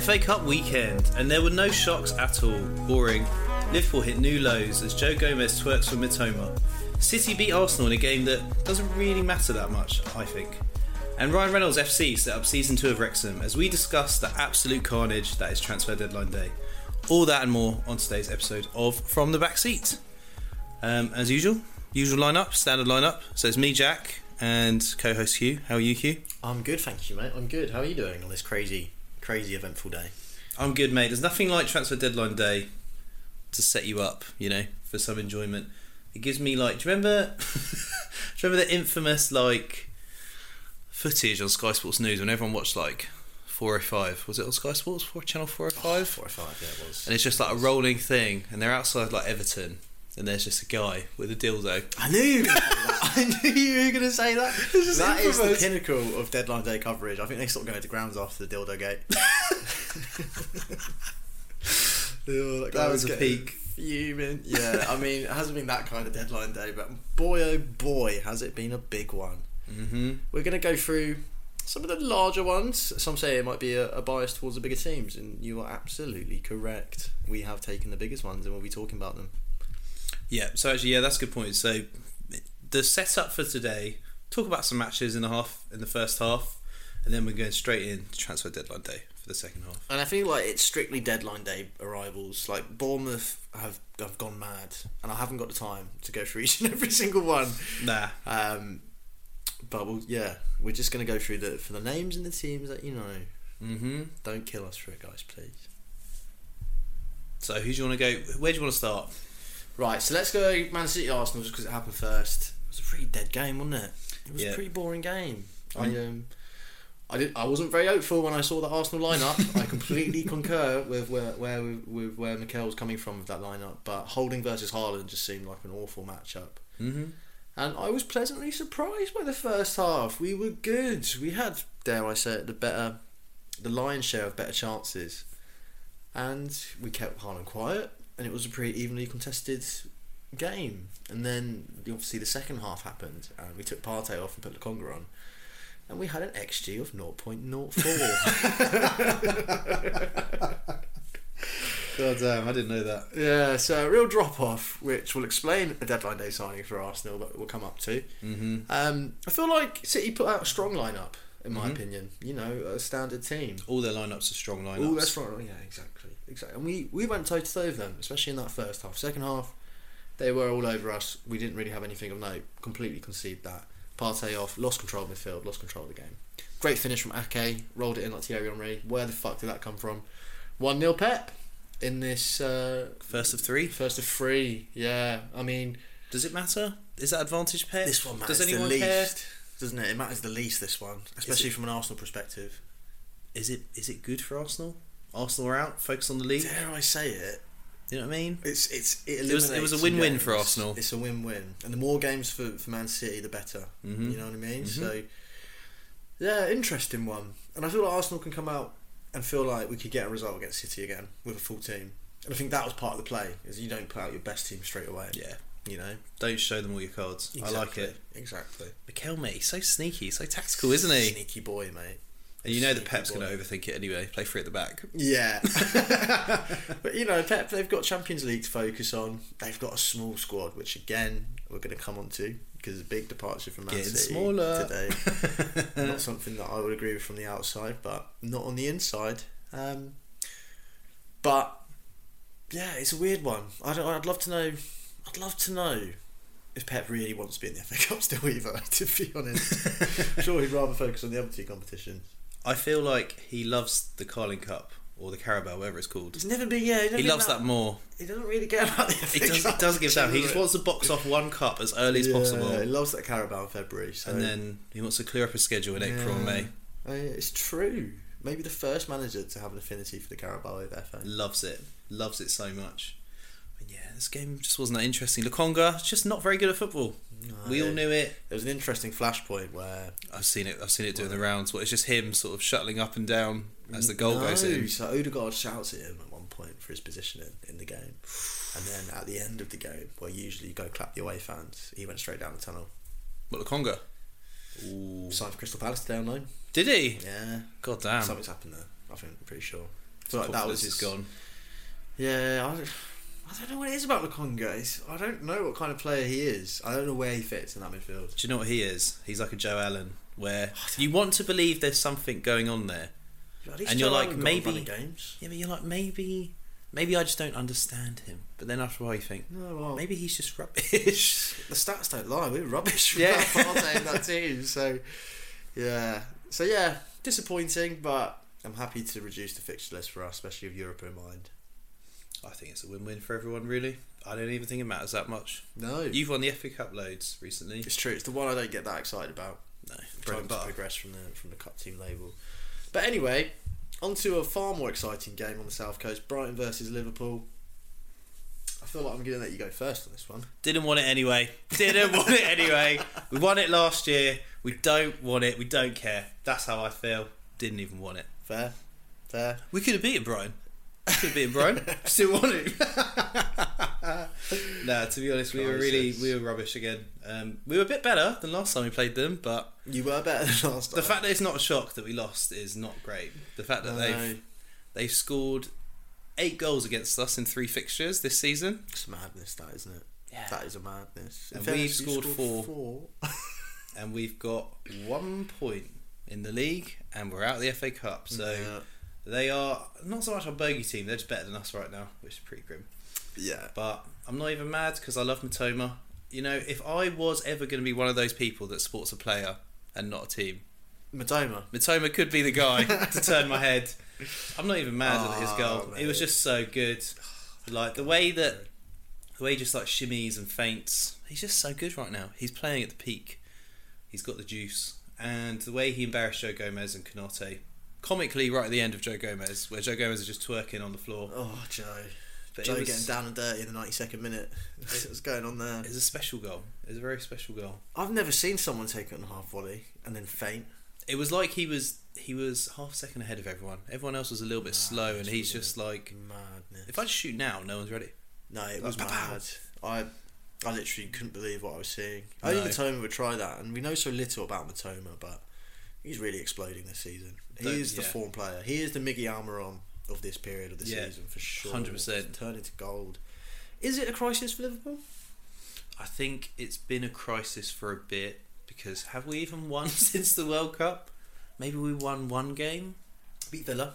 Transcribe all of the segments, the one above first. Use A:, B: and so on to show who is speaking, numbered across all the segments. A: FA Cup weekend, and there were no shocks at all. Boring. Liverpool hit new lows as Joe Gomez twerks for Mitoma. City beat Arsenal in a game that doesn't really matter that much, I think. And Ryan Reynolds FC set up season two of Wrexham as we discuss the absolute carnage that is transfer deadline day. All that and more on today's episode of From the Back Seat. Um, as usual, usual lineup, standard lineup. So it's me, Jack, and co-host Hugh. How are you, Hugh?
B: I'm good, thank you, mate. I'm good. How are you doing on this crazy, crazy eventful day?
A: I'm good, mate. There's nothing like transfer deadline day to set you up, you know, for some enjoyment. It gives me like, do you remember? do you remember the infamous like footage on Sky Sports News when everyone watched like 405? Was it on Sky Sports? Four Channel 405?
B: Oh, Four or five, yeah, it was.
A: And it's just like a rolling thing, and they're outside like Everton, and there's just a guy with a dildo.
B: I knew you. were gonna say that. I knew you were going to say that.
A: is
B: That is the
A: improvised.
B: pinnacle of deadline day coverage. I think they stopped going to grounds after the dildo gate. Oh,
A: That was a
B: getting
A: peak.
B: Fuming. Yeah, I mean, it hasn't been that kind of deadline day, but boy oh boy, has it been a big one.
A: Mm-hmm.
B: We're going to go through some of the larger ones. Some say it might be a, a bias towards the bigger teams, and you are absolutely correct. We have taken the biggest ones, and we'll be talking about them.
A: Yeah, so actually, yeah, that's a good point. So the setup for today, talk about some matches in the half in the first half, and then we're going straight in to transfer deadline day for the second half.
B: And I feel like it's strictly deadline day arrivals. Like Bournemouth have have gone mad, and I haven't got the time to go through each and every single one.
A: Nah,
B: Um, but we'll, yeah, we're just gonna go through the for the names and the teams that you know.
A: mm-hmm.
B: Don't kill us for it, guys, please.
A: So who do you want to go? Where do you want to start?
B: Right, so let's go Man City Arsenal just because it happened first. It was a pretty dead game, wasn't it? It was
A: Yeah.
B: a pretty boring game. I um, I did. I wasn't very hopeful when I saw the Arsenal lineup. I completely concur with where where with where Mikel was coming from with that lineup. But Holding versus Haaland just seemed like an awful matchup.
A: Mm-hmm.
B: And I was pleasantly surprised by the first half. We were good. We had, dare I say it, the better, the lion's share of better chances. And we kept Harlan quiet, and it was a pretty evenly contested game. And then obviously the second half happened, and we took Partey off and put Lukonga on. And we had an XG of 0.04.
A: God damn, I didn't know that.
B: yeah, so a real drop off, which will explain a deadline day signing for Arsenal, but we'll come up to.
A: Mm-hmm.
B: Um, I feel like City put out a strong lineup, in
A: Mm-hmm.
B: my opinion. You know, a standard team.
A: All their lineups are strong lineups.
B: Oh, that's right. Yeah, exactly, exactly. And we we went toe to toe with them, especially in that first half. Second half, they were all over us. We didn't really have anything of note. Completely conceded that. Partey off, lost control of midfield, lost control of the game. Great finish from Ake, rolled it in like Thierry Henry. Where the fuck did that come from? One 0 Pep in this uh,
A: First of three.
B: first of three. Yeah, I mean
A: Does it matter? Is that advantage pair?
B: this one matters
A: Does anyone
B: the least,
A: care?
B: doesn't it? It matters the least. This one, especially from an Arsenal perspective.
A: Is it is it good for Arsenal? Arsenal are out. Focus on the league.
B: Dare I say it?
A: You know what I mean?
B: It's it's it,
A: It was- it was a
B: eliminates
A: win-win
B: games.
A: for Arsenal.
B: It's a win-win, and the more games for, for Man City, the better.
A: Mhm.
B: You know what I mean?
A: Mhm.
B: So yeah, interesting one, and I feel like Arsenal can come out and feel like we could get a result against City again with a full team, and I think that was part of the play is you don't put out your best team straight away.
A: Yeah.
B: You know,
A: Don't show them all your cards. I like
B: Exactly,
A: it.
B: exactly.
A: Mikel, mate, he's so sneaky, so tactical, isn't he?
B: Sneaky boy, mate.
A: And you know that
B: Sneaky
A: Pep's
B: boy.
A: going to overthink it anyway. Play free at the back.
B: Yeah. but you know, Pep, they've got Champions League to focus on. They've got a small squad, which again we're going to come on to because a big departure from Man
A: Getting
B: City
A: smaller.
B: today. not something that I would agree with from the outside, but not on the inside. Um, but yeah, it's a weird one. I don't. I'd love to know. I'd love to know if Pep really wants to be in the FA Cup still either. To be honest, I'm sure he'd rather focus on the other two competitions.
A: I feel like he loves the Carling Cup or the Carabao, whatever it's called.
B: He's never been. Yeah,
A: He loves that more.
B: He doesn't really care about the FA
A: It does,
B: Cup.
A: it does give down. He just wants to box off one cup as early as
B: Yeah,
A: possible,
B: He loves that Carabao in February. So.
A: and then he wants to clear up his schedule in April and May.
B: Uh, it's true. Maybe the first manager to have an affinity for the Carabao over FA.
A: Loves it, loves it so much. And yeah, this game just wasn't that interesting. Lukonga just not very good at football. we all knew it.
B: There was an interesting flashpoint where
A: I've seen it. I've seen it doing the rounds. But it's just him sort of shuttling up and down as the goal
B: no,
A: goes in.
B: So Odegaard shouts at him at one point for his positioning in the game, and then at the end of the game, where usually you go clap the away fans, he went straight down the tunnel.
A: But Lukonga, Ooh.
B: Signed for Crystal Palace down loan.
A: did he?
B: Yeah,
A: God damn.
B: something's happened there. I think I'm pretty sure. But that was
A: Confidence is gone.
B: Yeah, I don't, I don't know what it is about Lukonga. It's, I don't know what kind of player he is. I don't know where he fits in that midfield.
A: Do you know what he is? He's like a Joe Allen, where you want to believe there's something going on there.
B: At least
A: And you're
B: Joe
A: like,
B: Allen got a run
A: maybe-
B: of games.
A: Yeah, but you're like maybe, maybe I just don't understand him. But then after a while, you think
B: No, well,
A: maybe he's just rubbish.
B: the stats don't lie. We're rubbish.
A: Yeah.
B: Yeah, in that team. So, yeah. So yeah, disappointing, but I'm happy to reduce the fixture list for us, especially with Europe in mind.
A: I think it's a win-win for everyone, really. I don't even think it matters that much.
B: No,
A: You've won the FA Cup loads recently.
B: it's true. It's the one I don't get that excited about.
A: No, bread
B: Trying
A: and
B: to
A: butter.
B: progress from the from the cup team label. But anyway, on to a far more exciting game on the south coast: Brighton versus Liverpool. I feel like I'm going to let you go first on this one.
A: Didn't want it anyway. Didn't want it anyway. We won it last year. We don't want it. We don't care. That's how I feel. Didn't even want it.
B: Fair, fair.
A: We could have beaten Brian. We could have beaten Brian. Still want it. nah, to be honest, we were really
B: Crisis.
A: we were rubbish again. Um, we were a bit better than last time we played them, but
B: You were better than last
A: the
B: time.
A: fact that it's not a shock that we lost is not great. The fact that
B: No,
A: they've they've scored eight goals against us in three fixtures this season.
B: it's madness, that isn't it?
A: Yeah.
B: That is a madness.
A: And
B: fairness,
A: we've
B: you
A: scored four.
B: four.
A: and we've got one point in the league, and we're out of the FA Cup. So
B: yeah.
A: they are not so much our bogey team; they're just better than us right now, which is pretty grim.
B: yeah,
A: But I'm not even mad because I love Matoma. You know, if I was ever going to be one of those people that supports a player and not a team,
B: Madoma.
A: Matoma could be the guy to turn my head. I'm not even mad at his
B: Oh,
A: goal. It was
B: mate.
A: just so good. Like the way that the way he just like shimmies and feints. He's just so good right now. He's playing at the peak. He's got the juice. And the way he embarrassed Joe Gomez and Canate. Comically right at the end of Joe Gomez, where Joe Gomez is just twerking on the floor.
B: Oh, Joe.
A: But
B: Joe
A: it was,
B: getting down and dirty in the 92nd minute. What's going on there?
A: It was a special goal. It was a very special goal.
B: I've never seen someone take it on half volley and then faint.
A: It was like he was he was half second ahead of everyone. Everyone else was a little bit slow and
B: that's
A: he's
B: brilliant.
A: just like
B: Madness.
A: if I just shoot now, no one's ready.
B: No, it was
A: Like, pow, pow.
B: mad. I I literally couldn't believe what I was seeing. I
A: No.
B: think Matoma would try that, and we know so little about Matoma, but he's really exploding this season. He
A: Don't-
B: is the
A: yeah.
B: form player. He is the Miggy Almiron of this period of the
A: Yeah,
B: season for sure.
A: 100%.
B: Turn into gold. Is it a crisis for Liverpool?
A: I think it's been a crisis for a bit because have we even won since the World Cup? Maybe we won one game.
B: Beat Villa.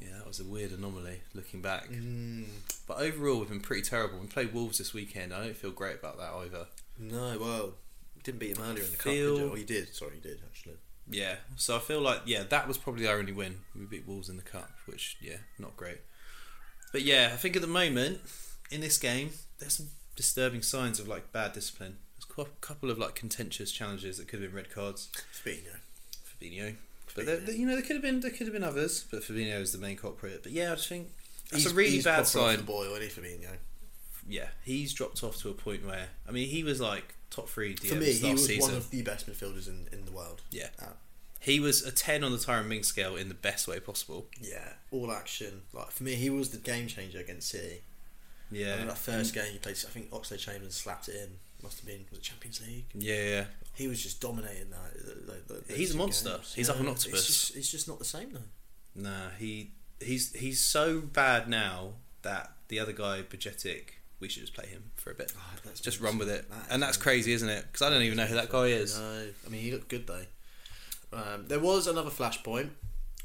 A: Yeah, that was a weird anomaly looking back.
B: Mm,
A: But overall, we've been pretty terrible. We played Wolves this weekend. I don't feel great about that either.
B: no, well, didn't beat him earlier in the
A: Feel-
B: cup. Did you? Oh, you did. Sorry, you did actually.
A: Yeah, so I feel like yeah, that was probably our only win. We beat Wolves in the cup, which yeah, not great. But yeah, I think at the moment in this game, there's some disturbing signs of like bad discipline. There's quite a couple of like contentious challenges that could have been red cards.
B: Fabinho.
A: Fabinho. But there,
B: Fabinho.
A: there- you know, there could have been there could have been others, but Fabinho is the main culprit. But yeah, I just think that's
B: He's-
A: a really
B: he's
A: bad
B: proper off The
A: sign.
B: boil, isn't he, Fabinho?
A: Yeah, he's dropped off to a point where I mean, he was like top three DMs
B: For me,
A: last
B: he was
A: season.
B: one of the best midfielders in, in the world.
A: Yeah.
B: Uh,
A: he was a ten on the Tyron Ming scale in the best way possible.
B: Yeah, all action. Like for me, he was the game changer against City. I
A: Yeah,
B: remember that first game he played, I think Oxlade Chamberlain slapped it in. Must have been was it Champions League?
A: yeah, yeah.
B: He was just dominating that. th- th- th- those
A: He's a
B: two
A: monster.
B: games.
A: He's like an
B: it's
A: octopus.
B: just- It's just, not the same though.
A: Nah, he he's he's so bad now that the other guy, Bajetic, we should just play him for a bit. Just run with it, and that's crazy, isn't it? Because I don't even know who that guy is.
B: No, I mean he looked good though. Um, there was another flashpoint.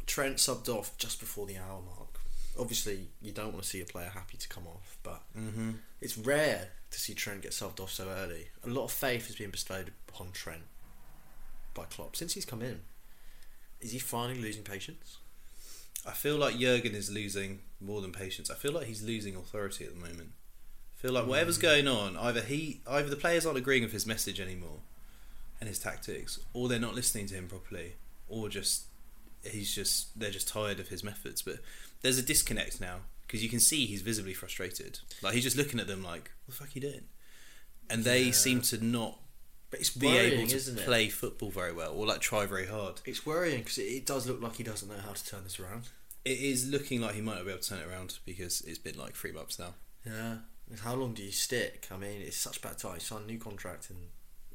B: Trent subbed off just before the hour mark. Obviously, you don't want to see a player happy to come off, but
A: Mm-hmm.
B: it's rare to see Trent get subbed off so early. A lot of faith has been bestowed upon Trent by Klopp since he's come in. Is he finally losing patience?
A: I feel like Jurgen is losing more than patience. I feel like he's losing authority at the moment. I feel like
B: Mm.
A: whatever's going on, either he, either the players aren't agreeing with his message anymore and his tactics, or they're not listening to him properly, or just he's just they're just tired of his methods. But there's a disconnect now because you can see he's visibly frustrated. Like he's just looking at them like, "What the fuck are you doing?" And they
B: Yeah.
A: seem to not
B: But it's
A: be
B: worrying,
A: able to
B: isn't it?
A: play football very well or like try very hard.
B: It's worrying because it, it does look like he doesn't know how to turn this around.
A: It is looking like he might not be able to turn it around because it's been like three months now.
B: Yeah. And how long do you stick? I mean, it's such bad time. He signed a new contract in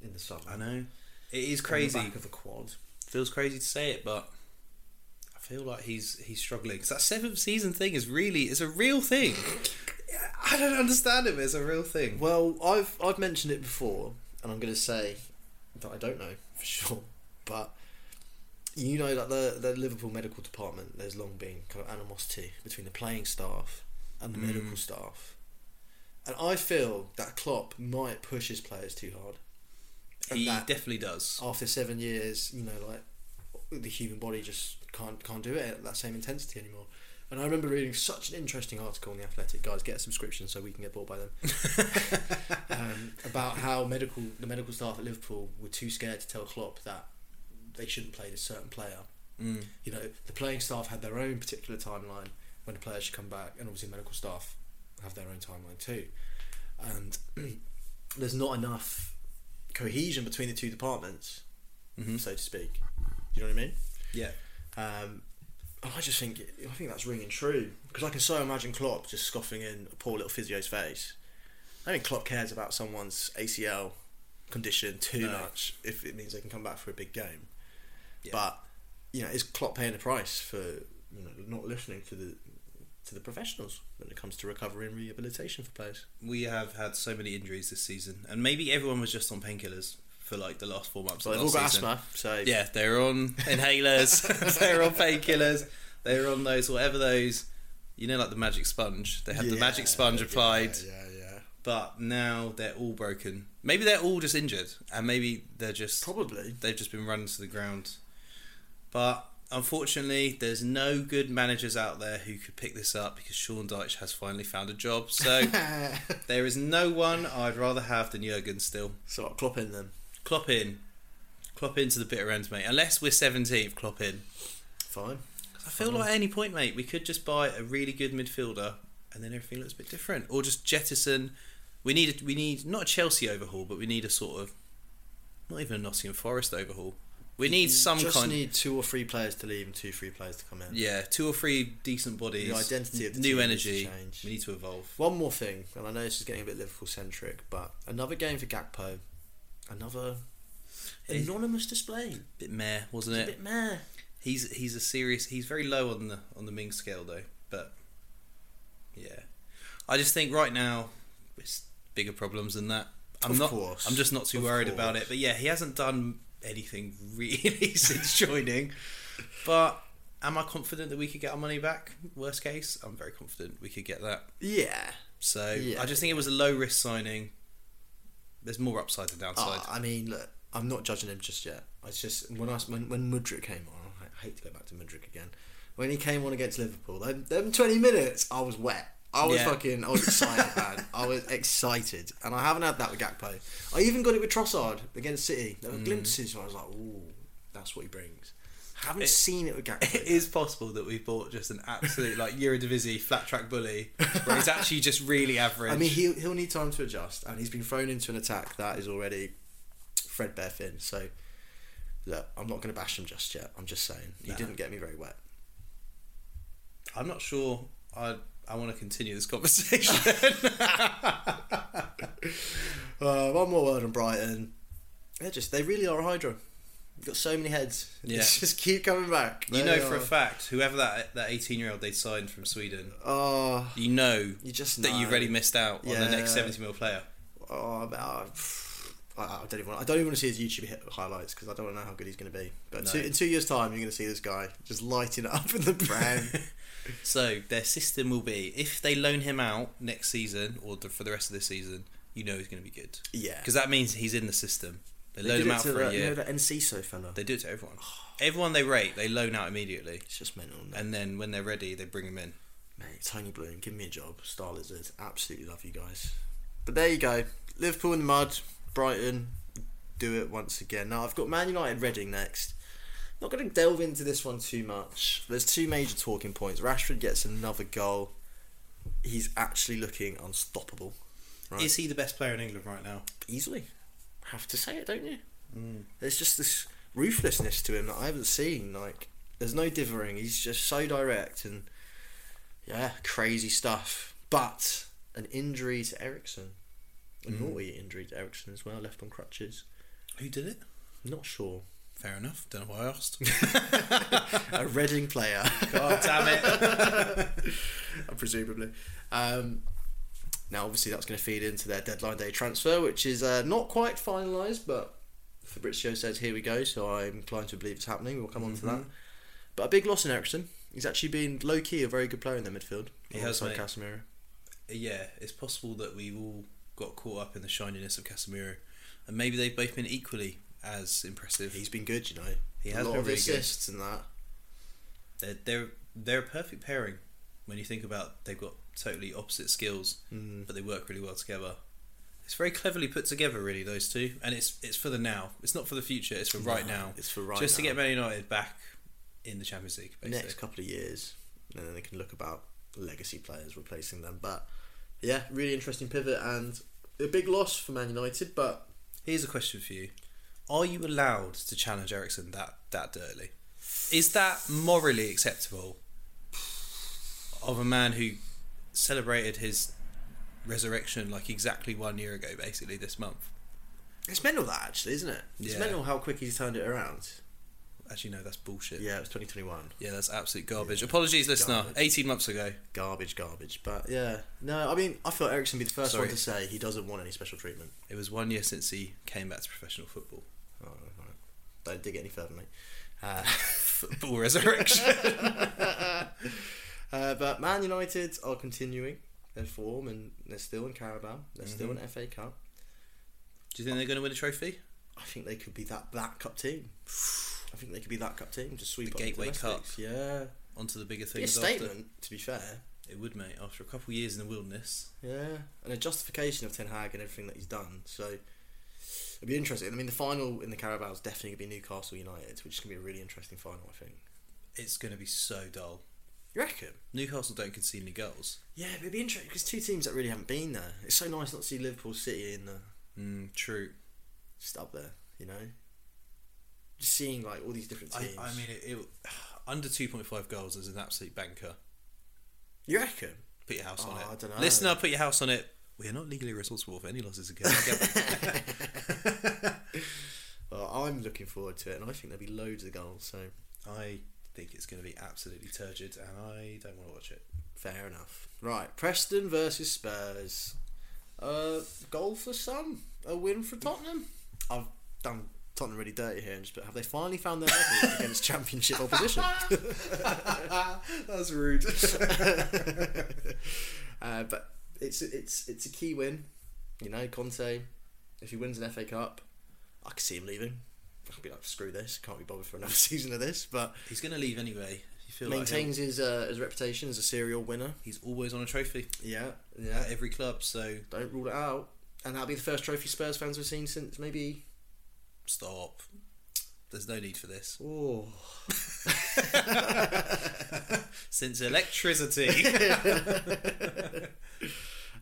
B: in the summer.
A: I know. It is
B: On the
A: crazy.
B: back of a quad.
A: Feels crazy to say it, but I feel like he's he's struggling because that seventh season thing is really is a real thing. I don't understand it. But it's a real thing.
B: Well, I've I've mentioned it before, and I'm going to say that I don't know for sure, but you know that the the Liverpool medical department there's long been kind of animosity between the playing staff and the medical staff, and I feel that Klopp might push his players too hard. And
A: He
B: that-
A: definitely does.
B: after seven years, you know, like the human body just can't can't do it at that same intensity anymore. And I remember reading such an interesting article in the Athletic. Guys, get a subscription so we can get bought by them. um, about how medical the medical staff at Liverpool were too scared to tell Klopp that they shouldn't play this certain player.
A: Mm.
B: You know, the playing staff had their own particular timeline when the players should come back, and obviously medical staff have their own timeline too. And there's not enough cohesion between the two departments
A: Mhm.
B: so to speak. Do you know what I mean?
A: Yeah.
B: Um, and I just think I think that's ringing true because I can so imagine Klopp just scoffing in a poor little physio's face. I think Klopp cares about someone's ACL condition too
A: No.
B: much if it means they can come back for a big game.
A: Yeah.
B: But you know, is Klopp paying the price for you know not listening to the to the professionals when it comes to recovery and rehabilitation for players?
A: We have had so many injuries this season, and maybe everyone was just on painkillers for like the last four months.
B: But
A: of
B: they've all
A: last
B: got
A: season.
B: asthma, so
A: Yeah, they're on inhalers, they're on painkillers, they're on those whatever those. You know, like the magic sponge. They had the magic sponge
B: yeah,
A: applied,
B: Yeah, yeah.
A: but now they're all broken. Maybe they're all just injured, and maybe they're just
B: Probably.
A: they've just been run to the ground. But unfortunately, there's no good managers out there who could pick this up because Sean Dyche has finally found a job. So there is no one I'd rather have than Jurgen still.
B: so what, Klopp in them.
A: Klopp in. Klopp in to the bitter end, mate. Unless we're 17th, Klopp in.
B: Fine.
A: I feel like at any point, mate, we could just buy a really good midfielder and then everything looks a bit different. Or just jettison. We need, a, we need not a Chelsea overhaul, but we need a sort of, not even a Nottingham Forest overhaul. We need some
B: just
A: kind
B: need two or three players to leave and two free players to come in.
A: Yeah, two or three decent bodies.
B: The identity of the
A: new
B: team needs to
A: energy.
B: change.
A: We need to evolve.
B: One more thing, and I know this is getting a bit Liverpool centric, but another game for Gakpo, another
A: It-
B: anonymous display.
A: Bit meh, wasn't
B: It's a
A: it?
B: bit meh.
A: He's he's a serious. He's very low on the on the Ming scale though. But yeah, I just think right now it's bigger problems than that. I'm
B: Of
A: not.
B: course.
A: I'm just not too
B: Of
A: worried about it.
B: course.
A: But yeah, he hasn't done anything really since joining. But am I confident that we could get our money back? Worst case, I'm very confident we could get that.
B: Yeah.
A: So
B: Yeah.
A: I just think it was a low risk signing. There's more upside than downside.
B: Ah, I mean, look, I'm not judging him just yet. I just when I when, when Mudrick came on, I hate to go back to Mudrick again. When he came on against Liverpool, them, them 20 minutes, I was wet. I was
A: Yeah.
B: fucking, I was excited, man. I was excited, and I haven't had that with Gakpo. I even got it with Trossard against City. There
A: Mm.
B: were glimpses where I was like, "Ooh, that's what he brings." Haven't seen it with
A: It
B: Gakpo.
A: is possible that we bought just an absolute like Eredivisie flat track bully, where he's actually just really average.
B: I mean, he'll he'll need time to adjust, and he's been thrown into an attack that is already Fredbear thin. So, look, I'm not going to bash him just yet. I'm just saying he
A: No.
B: didn't get me very wet.
A: I'm not sure. I I want to continue this conversation.
B: Uh, one more word on Brighton. They're just they really are a hydra. You've got so many heads.
A: Yeah.
B: It's just keep coming back.
A: you
B: They
A: know for a
B: are-
A: fact, whoever that that 18 year old they signed from Sweden,
B: Oh,
A: you know
B: you just
A: that
B: know.
A: you've already missed out on the next
B: Yeah.
A: 70 mil player.
B: Oh, but, uh, I, I don't even. Want, I don't even want to see his YouTube hit highlights because I don't want to know how good he's going to be. But
A: No.
B: two, in two years' time, you're going to see this guy just lighting it up in the brown.
A: So their system will be if they loan him out next season or the, for the rest of this season, you know he's going to be good
B: yeah.
A: because that means he's in the system. They
B: They
A: loan
B: did
A: him
B: it
A: out
B: to
A: for
B: the,
A: a year.
B: You know, that NCSO fella.
A: They do it to everyone. Everyone they rate, they loan out immediately,
B: Oh, It's just mental. isn't it?
A: and then when they're ready, they bring them in.
B: Mate, Tony Bloom, give me a job. Star Lizards, absolutely love you guys. But there you go. Liverpool in the mud. Brighton, do it once again. Now I've got Man United Reading next. Not going to delve into this one too much. There's two major talking points. Rashford gets another goal. He's actually looking unstoppable. Right.
A: Is he the best player in England right now?
B: Easily. Have to say it, don't you? There's just this ruthlessness to him that I haven't seen. Like, there's no dithering. He's just so direct and yeah, crazy stuff. But an injury to Ericsson, a naughty injury to Ericsson as well, left on crutches.
A: Who did it?
B: Not sure.
A: Fair enough. Don't know why I asked. Uh,
B: a Reading player,
A: God damn it.
B: presumably. Um, now, obviously, that's going to feed into their deadline day transfer, which is uh, not quite finalised, but Fabrizio says, here we go, so I'm inclined to believe it's happening. We'll come on to that.
A: Mm-hmm.
B: But a big loss in Ericsson. He's actually been low key a very good player in the midfield.
A: He has,
B: alongside
A: mate.
B: Casemiro.
A: Yeah, it's possible that we all got caught up in the shininess of Casemiro, and maybe they've both been equally as impressive.
B: He's been good, you know.
A: He
B: a
A: has
B: lot
A: been
B: of
A: really good.
B: assists and that.
A: They're they're they're a perfect pairing when you think about they've got totally opposite skills,
B: Mm.
A: but they work really well together. It's very cleverly put together, really, those two, and it's it's for the now. It's not for the future. It's for right
B: No,
A: now.
B: It's for right
A: just to
B: now.
A: get Man United back in the Champions League, basically.
B: next couple of years, and then they can look about legacy players replacing them. But yeah, really interesting pivot and a big loss for Man United. But
A: Here's a question for you: Are you allowed to challenge Ericsson that that dirtily? Is that morally acceptable of a man who celebrated his resurrection like exactly one year ago, basically this month?
B: it's mental that actually, isn't it? It's
A: Yeah.
B: mental how quick he's turned it around.
A: Actually, no, that's bullshit.
B: Yeah, it was 2021.
A: Yeah, that's absolute garbage. Apologies, listener.
B: Garbage.
A: 18 months ago.
B: Garbage, garbage. But yeah, no, I mean, I feel Ericsson would be the first
A: Sorry.
B: one to say he doesn't want any special treatment.
A: It was one year since he came back to professional football.
B: Oh, right. Don't dig any further, mate. Uh,
A: Football resurrection.
B: Uh, but Man United are continuing their form and they're still in Carabao. They're still in FA Cup.
A: Do you think they're going to win a trophy?
B: I think they could be that that cup team. I think they could be that cup team. Just sweep
A: The
B: up
A: Gateway
B: domestics. Yeah,
A: Onto the bigger
B: be a
A: things after.
B: statement to be fair.
A: It would, mate. After a couple of years in the wilderness,
B: Yeah, and a justification of Ten Hag and everything that he's done. So it'd be interesting. I mean, the final in the Carabao is definitely gonna be Newcastle United, which is gonna be a really interesting final. I think.
A: it's going to be so dull.
B: You reckon?
A: Newcastle don't concede any goals.
B: Yeah, but it'd be interesting because two teams that really haven't been there. It's so nice not to see Liverpool City in the
A: Mm, true.
B: just up there. You know, just seeing like all these different
A: I,
B: teams.
A: I mean, it, it under two point five goals is an absolute banker.
B: you reckon?
A: Put your house on
B: Oh,
A: it.
B: I dunno.
A: Listener, put your house on it. We are not legally responsible for any losses against. Okay.
B: Well, I'm looking forward to it, and I think there'll be loads of goals. So
A: I think it's going to be absolutely turgid, and I don't want to watch it.
B: fair enough. Right, Preston versus Spurs. Uh, goal for some, a win for Tottenham. I've done Tottenham really dirty here, but have they finally found their level against Championship opposition?
A: That's rude.
B: uh, but it's it's it's a key win. You know, Conte. If he wins an FA Cup, I could see him leaving. I'll be like, screw this. Can't be bothered for another season of this. But
A: He's going to leave anyway. You feel like
B: maintains his uh, his reputation as a serial winner.
A: he'll- he's always on a trophy
B: Yeah, yeah.
A: at every club. So
B: Don't rule it out. And that'll be the first trophy Spurs fans have seen since maybe.
A: stop. There's no need for this.
B: Oh,
A: Since electricity.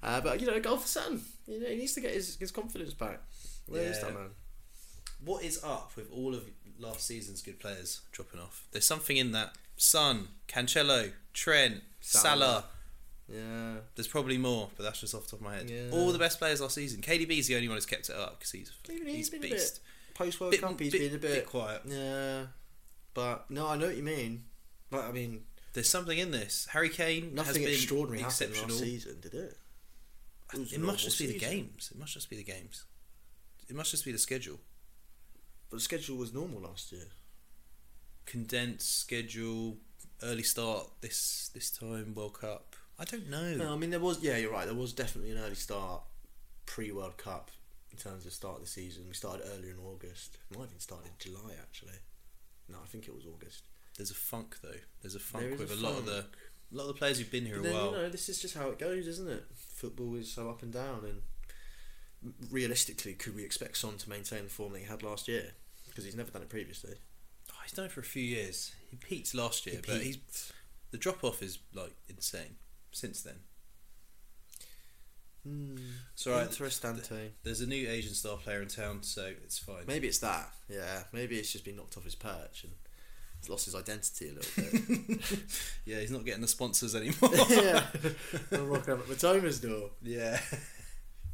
B: uh, but you know, a goal for Sam. You know, he needs to get his, his confidence back. Where is
A: Yeah.
B: that man?
A: what is up with all of last season's good players dropping off? There's something in that. Son, Cancelo, Trent, Salah.
B: Salah. Yeah,
A: There's probably more, but that's just off the top of my head.
B: Yeah.
A: All the best players last season. KDB's the only one who's kept it up because he's
B: Even
A: he's
B: he's
A: a
B: been a bit-
A: beast.
B: post World
A: Bit-
B: Cup, he's
A: bit-
B: been a bit,
A: bit quiet.
B: Yeah, but no, I know what you mean. But I mean,
A: There's something in this. Harry Kane has
B: nothing
A: been
B: extraordinary happened
A: exceptional.
B: last season, did it? It was a
A: It must just be
B: normal
A: the
B: season.
A: games. It must just be the games. It must just be the schedule.
B: But the schedule was normal last year.
A: Condensed schedule, early start this this time World Cup. I don't know.
B: No, I mean there was. Yeah, you're right. There was definitely an early start pre World Cup in terms of start of the season. We started earlier in August. Might have even started in July actually. No, I think it was August.
A: There's a funk though. There's a funk
B: There is
A: with a,
B: a
A: lot of the
B: funk.
A: a lot of the players who've been here
B: But
A: a
B: then
A: while.
B: you know this is just how it goes, isn't it? Football is so up and down, and realistically, could we expect Son to maintain the form that he had last year? Because he's never done it previously.
A: Oh, he's done it for a few years. He peaked last year, but he's, the drop off is like insane since then.
B: Hmm.
A: So right,
B: Interestante.
A: there's a new Asian star player in town, so it's fine.
B: Maybe it's that. Yeah, maybe it's just been knocked off his perch and he's lost his identity a little bit.
A: Yeah, he's not getting the sponsors anymore.
B: yeah, I'm rocking up at Matoma's door.
A: yeah.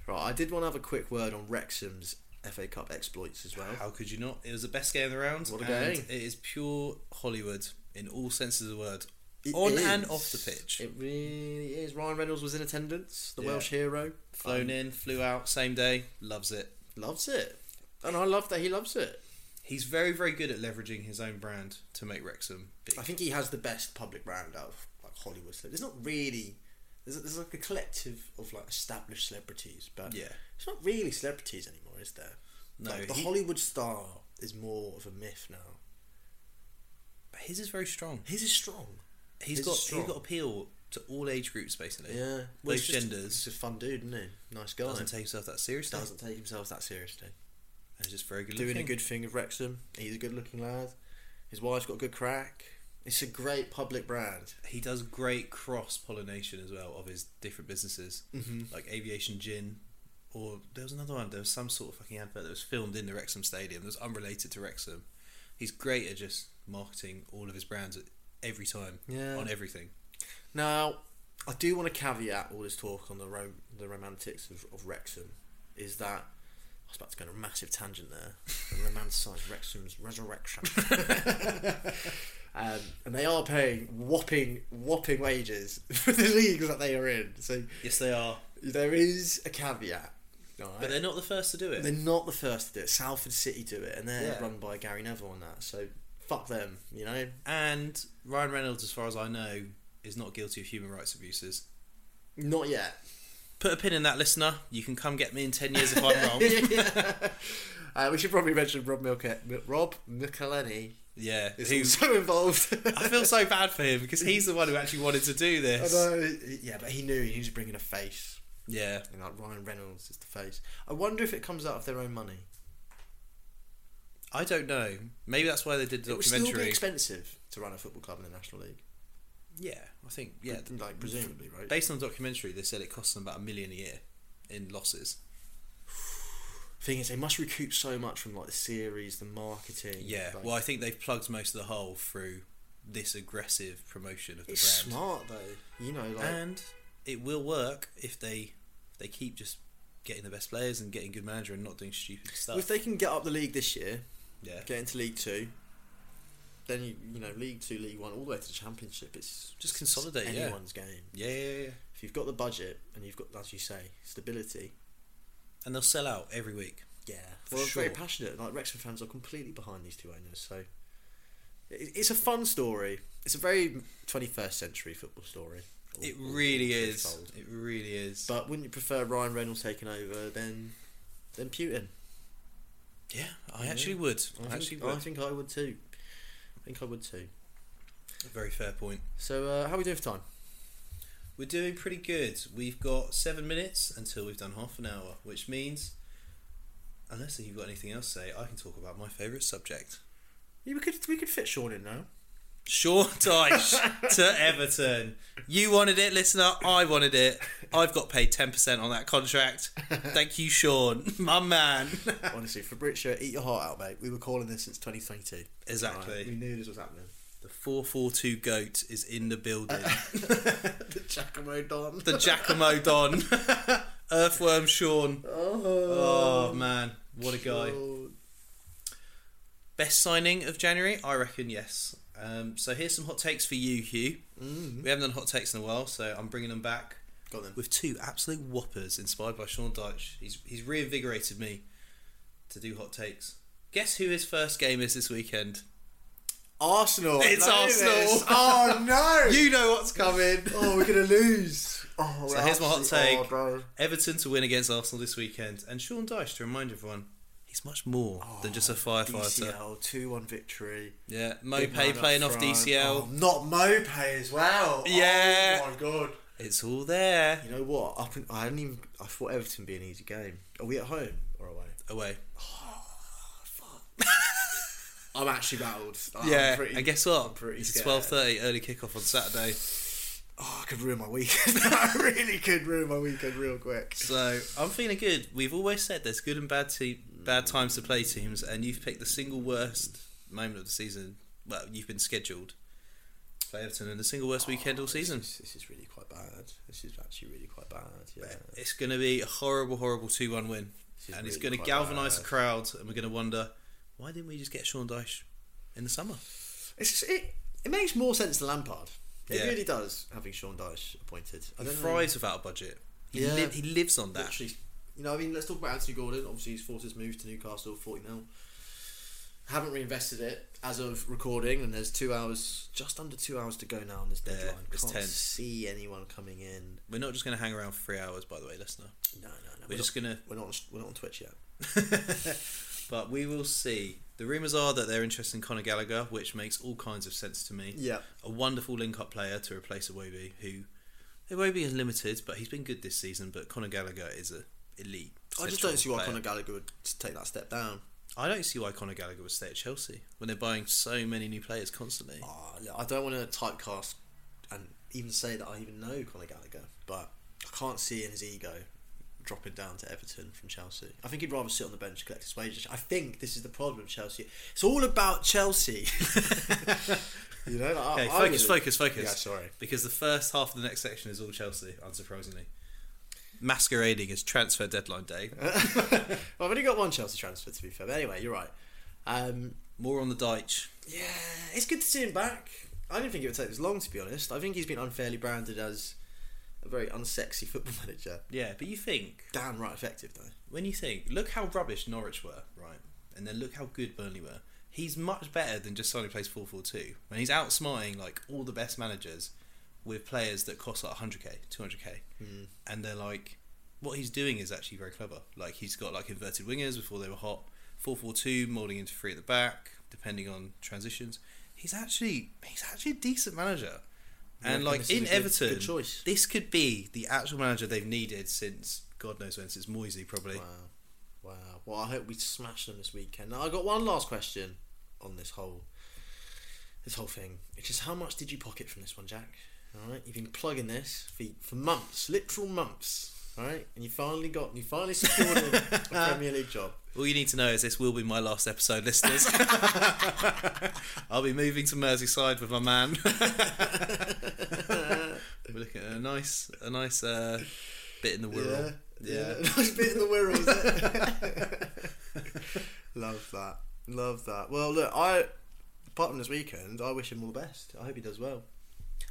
B: Right, I did want to have a quick word on Wrexham's FA Cup exploits as well.
A: How could you not? It was the best game of the round.
B: What a
A: and
B: game.
A: It is pure Hollywood in all senses of the word.
B: It
A: on
B: is.
A: and off the pitch.
B: It really is. Ryan Reynolds was in attendance, the
A: Yeah.
B: Welsh hero. Um,
A: Flown in, flew out, same day, loves it.
B: Loves it. And I love that he loves it.
A: He's very, very good at leveraging his own brand to make Wrexham big.
B: I think he has the best public brand out of like Hollywood. Celeb. There's not really there's, there's like a collective of like established celebrities, but
A: Yeah.
B: it's not really celebrities anymore, is there?
A: No,
B: like, the
A: he-
B: Hollywood star is more of a myth now.
A: But his is very strong.
B: His is strong.
A: He's
B: His
A: got
B: is strong.
A: he's got appeal to all age groups basically.
B: Yeah,
A: Both
B: it's just-
A: genders.
B: He's a fun dude, isn't he? Nice guy.
A: Doesn't take himself that seriously.
B: Doesn't take himself that seriously.
A: He's just very good.
B: Doing
A: looking.
B: a good thing with Wrexham. He's a good-looking lad. His wife's got a good crack. It's a great public brand.
A: He does great cross pollination as well of his different businesses, mm-hmm. like aviation gin, or there was another one. There was some sort of fucking advert that was filmed in the Wrexham stadium that was unrelated to Wrexham. He's great at just marketing all of his brands at every time
B: Yeah.
A: on everything.
B: Now, I do want to caveat all this talk on the rom- the romantics of, of Wrexham is that I was about to go on a massive tangent there. and Romanticise Wrexham's resurrection, um, and they are paying whopping whopping wages for the leagues that they are in. So
A: Yes, they are,
B: there is a caveat. alright?
A: but they're not the first to do it.
B: They're not the first to do it. Salford City do it, and they're
A: Yeah.
B: run by Gary Neville and that. So fuck them, you know.
A: And Ryan Reynolds, as far as I know, is not guilty of human rights abuses.
B: Not yet.
A: Put a pin in that, listener. You can come get me in ten years if I'm wrong.
B: uh, we should probably mention Rob Milke- Mi- Rob McElhenney
A: Yeah,
B: is
A: who-
B: also involved.
A: I feel so bad for him because he's the one who actually wanted to do
B: I
A: this.
B: know, yeah, but he knew he needed to bring in a face,
A: Yeah,
B: and like Ryan Reynolds is the face. I wonder if it comes out of their own money.
A: I don't know. Maybe that's why they did the
B: It would still be
A: documentary.
B: expensive to run a football club in the National League.
A: yeah, I think yeah.
B: Pre- like presumably, right?
A: Based on the documentary, they said it costs them about a million a year in losses.
B: Thing is, they must recoup so much from like the series, the marketing.
A: Yeah.
B: like-
A: Well, I think they've plugged most of the hole through this aggressive promotion of the
B: it's
A: brand,
B: smart though. You know, like
A: and it will work if they they keep just getting the best players and getting good manager and not doing stupid stuff.
B: if they can get up the league this year,
A: yeah.
B: get into League Two, then you you know League Two, League One, all the way to the Championship. It's
A: Just
B: it's
A: consolidate, yeah.
B: anyone's game.
A: yeah, yeah, yeah.
B: If you've got the budget and you've got, as you say, stability.
A: And they'll sell out every week.
B: Yeah,
A: For
B: well,
A: sure.
B: very passionate. Like Wrexham fans are completely behind these two owners. So it, it's a fun story. It's a very twenty first century football story. All-
A: It
B: all-
A: really
B: all
A: is.
B: fold.
A: It really is.
B: But wouldn't you prefer Ryan Reynolds taking over than than Putin?
A: Yeah, I
B: Yeah.
A: actually would.
B: I,
A: I
B: think,
A: actually
B: I
A: would.
B: think I would too. I think I would too.
A: Very fair point.
B: So uh, how are we doing for time?
A: We're doing pretty good. We've got seven minutes until we've done half an hour, which means, unless you've got anything else to say, I can talk about my favourite subject.
B: Yeah, we could we could fit Sean in now.
A: Sean Dyche to Everton. You wanted it, listener. I wanted it. I've got paid 10% on that contract. Thank you, Sean. My man.
B: Honestly, Fabrizio, eat your heart out, mate. We were calling this since 2022.
A: Exactly.
B: Right, we knew this was happening.
A: The 442 GOAT is in the building.
B: the Giacomo Don.
A: the Giacomo Don. Earthworm Sean.
B: Oh,
A: Oh, man. What a guy. Best signing of January? I reckon yes. Um, so here's some hot takes for you, Hugh. We haven't done hot takes in a while, so I'm bringing them back
B: Got them.
A: with two absolute whoppers inspired by Sean Dyche. He's, he's reinvigorated me to do hot takes. Guess who his first game is this weekend?
B: Arsenal.
A: It's
B: I know
A: Arsenal.
B: this. Oh no.
A: You know what's coming.
B: Oh, we're gonna lose. Oh,
A: So
B: we're
A: here's my hot
B: absolutely-
A: take.
B: Oh, bro.
A: Everton to win against Arsenal this weekend, and Sean Dyche to remind everyone he's much more
B: Oh,
A: than just a firefighter.
B: DCL E two one victory.
A: Yeah,
B: Big man
A: Mopay
B: up
A: playing off
B: front.
A: DCL.
B: Oh, not Mopay as well.
A: Yeah.
B: Oh my god.
A: It's all there.
B: You know what? Up in, I hadn't even. I thought Everton would be an easy game. Are we at home or away?
A: Away. Oh,
B: I'm actually battled. I'm
A: yeah,
B: pretty-
A: and guess what?
B: I'm pretty
A: it's
B: scared.
A: twelve thirty early kickoff on Saturday.
B: Oh, I could ruin my weekend. I really could ruin my weekend real quick.
A: So I'm feeling good. We've always said there's good and bad te- bad times to play teams, and you've picked the single worst moment of the season. Well, you've been scheduled to play Everton in the single worst weekend all season.
B: This, this is really quite bad. This is actually really quite bad. Yeah.
A: It's going to be a horrible, horrible two-one win.
B: This is
A: and it's
B: really
A: going to
B: quite
A: galvanise the
B: bad.
A: crowd, and we're going to wonder why didn't we just get Sean Dyche in the summer?
B: It's just, it, it makes more sense than Lampard. It
A: Yeah.
B: really does having Sean Dyche appointed. I
A: He
B: don't know.
A: thrives without a budget. He,
B: Yeah.
A: li- he lives on that.
B: Literally, you know, I mean, let's talk about Anthony Gordon. Obviously, he's forced his move to Newcastle, forty mil. Haven't reinvested it as of recording, and there's two hours, just under two hours to go now on this
A: Yeah,
B: deadline.
A: it's
B: Can't
A: tense.
B: see anyone coming in.
A: We're not just going to hang around for three hours, by the way, listener.
B: No, no, no.
A: We're just going to.
B: not, we're not we're not on Twitch yet.
A: but we will see. The rumours are that they're interested in Conor Gallagher, which makes all kinds of sense to me.
B: Yeah,
A: A wonderful link up player to replace Iwobi, who. Iwobi is limited, but he's been good this season, but Conor Gallagher is a elite.
B: I just
A: central
B: don't see why
A: player.
B: Conor Gallagher would take that step down.
A: I don't see why Conor Gallagher would stay at Chelsea when they're buying so many new players constantly.
B: Ah, yeah, I don't want to typecast and even say that I even know Conor Gallagher, but I can't see in his ego dropping down to Everton from Chelsea. I think he'd rather sit on the bench and collect his wages. I think this is the problem with Chelsea. It's all about Chelsea. you know, like,
A: Okay,
B: I, I
A: focus,
B: would-
A: focus, focus.
B: Yeah, sorry.
A: Because the first half of the next section is all Chelsea, unsurprisingly. Masquerading as transfer deadline day.
B: Well, I've only got one Chelsea transfer to be fair. But anyway, you're right. Um,
A: More on the Deitch.
B: Yeah, it's good to see him back. I didn't think it would take this long, to be honest. I think he's been unfairly branded as a very unsexy football manager.
A: Yeah, but you think,
B: Damn right effective, though.
A: when you think, look how rubbish Norwich were, right? And then look how good Burnley were. He's much better than just suddenly plays 4 4 2. When he's outsmarting like all the best managers with players that cost like 100k, 200k.
B: Hmm.
A: And they're like, what he's doing is actually very clever. Like he's got like inverted wingers before they were hot, 4 4 2, moulding into three at the back, depending on transitions. He's actually he's actually a decent manager. And
B: reckon
A: like
B: this is a
A: in
B: good-
A: Everton,
B: good choice?
A: this could be the actual manager they've needed since God knows when, since Moisey probably.
B: Wow. Wow. Well, I hope we smash them this weekend. Now, I got one last question on this whole this whole thing, which is how much did you pocket from this one, Jack? All right, you've been plugging this for, for months, literal months. All right, and you finally got, you finally secured a, a Premier League job.
A: All you need to know is this will be my last episode, listeners. I'll be moving to Merseyside with my man. We're looking at a nice, a nice uh, bit in the whirl.
B: Yeah, nice bit in the whirl. Is it? Love that. Love that. Well, look, I apart from this weekend, I wish him all the best. I hope he does well.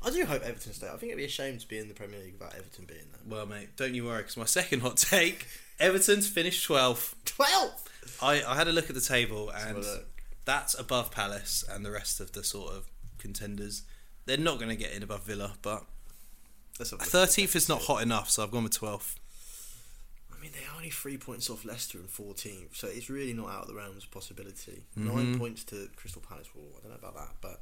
B: I do hope Everton stay. I think it'd be a shame to be in the Premier League without Everton being there.
A: Well, mate, don't you worry, because my second hot take: Everton's finished twelfth.
B: Twelve.
A: I, I had a look at the table,
B: have a
A: and
B: look.
A: that's above Palace and the rest of the sort of contenders. They're not going to get in above Villa, but
B: That's
A: thirteenth is not hot enough, so I've gone with twelfth.
B: I mean, they are only three points off Leicester in 14th, so it's really not out of the realms of possibility. Nine points to Crystal Palace. Well, I don't know about that, but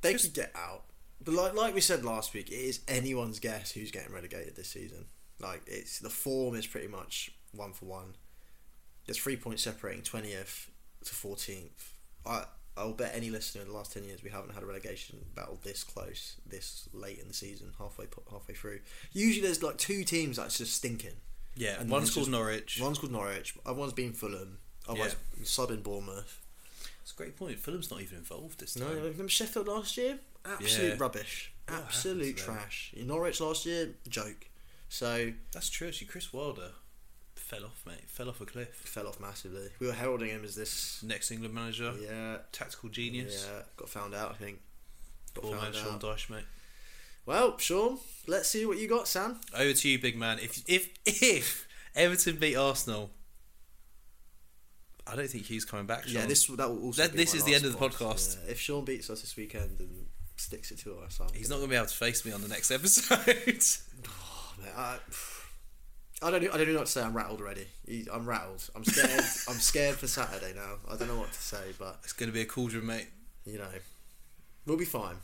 B: they could get out. But like, like we said last week, it is anyone's guess who's getting relegated this season. Like, it's the form is pretty much one for one. There's three points separating 20th to 14th. I I'll bet any listener in the last 10 years we haven't had a relegation battle this close, this late in the season, halfway po- halfway through. Usually, there's like two teams that's just stinking.
A: Yeah,
B: And
A: one's
B: there's
A: called
B: just-
A: Norwich.
B: One's called Norwich. One's been Fulham. Otherwise, sub in Bournemouth.
A: That's a great point. Fulham's not even involved this
B: No,
A: time.
B: remember Sheffield last year? Absolute
A: Um, Yeah.
B: rubbish.
A: What
B: Absolute
A: happened to them?
B: trash. Norwich last year, joke. So
A: That's true. Actually, Chris Wilder fell off, mate. Fell off a cliff.
B: fell off massively. We were heralding him as this.
A: Next England manager,
B: Yeah,
A: tactical genius.
B: yeah. Got found out, I think. Got
A: Poor man,
B: found
A: Sean
B: out.
A: Dyche, mate.
B: Well, Sean, let's see what you got, Sam.
A: Over to you, big man. If if if Everton beat Arsenal, I don't think he's coming back. Sean.
B: Yeah, this that will also.
A: That-
B: be
A: this
B: my
A: is the
B: last
A: end of the
B: point.
A: podcast.
B: Yeah, If Sean beats us this weekend and sticks it to us, I'm
A: He's not going to be able to face me on the next episode.
B: Mate, I, I don't. I don't even know what to say. I'm rattled already. He- I'm rattled. I'm scared. I'm scared for Saturday now. I don't know what to say, but
A: it's going to be a cauldron, mate.
B: you know, we'll be fine.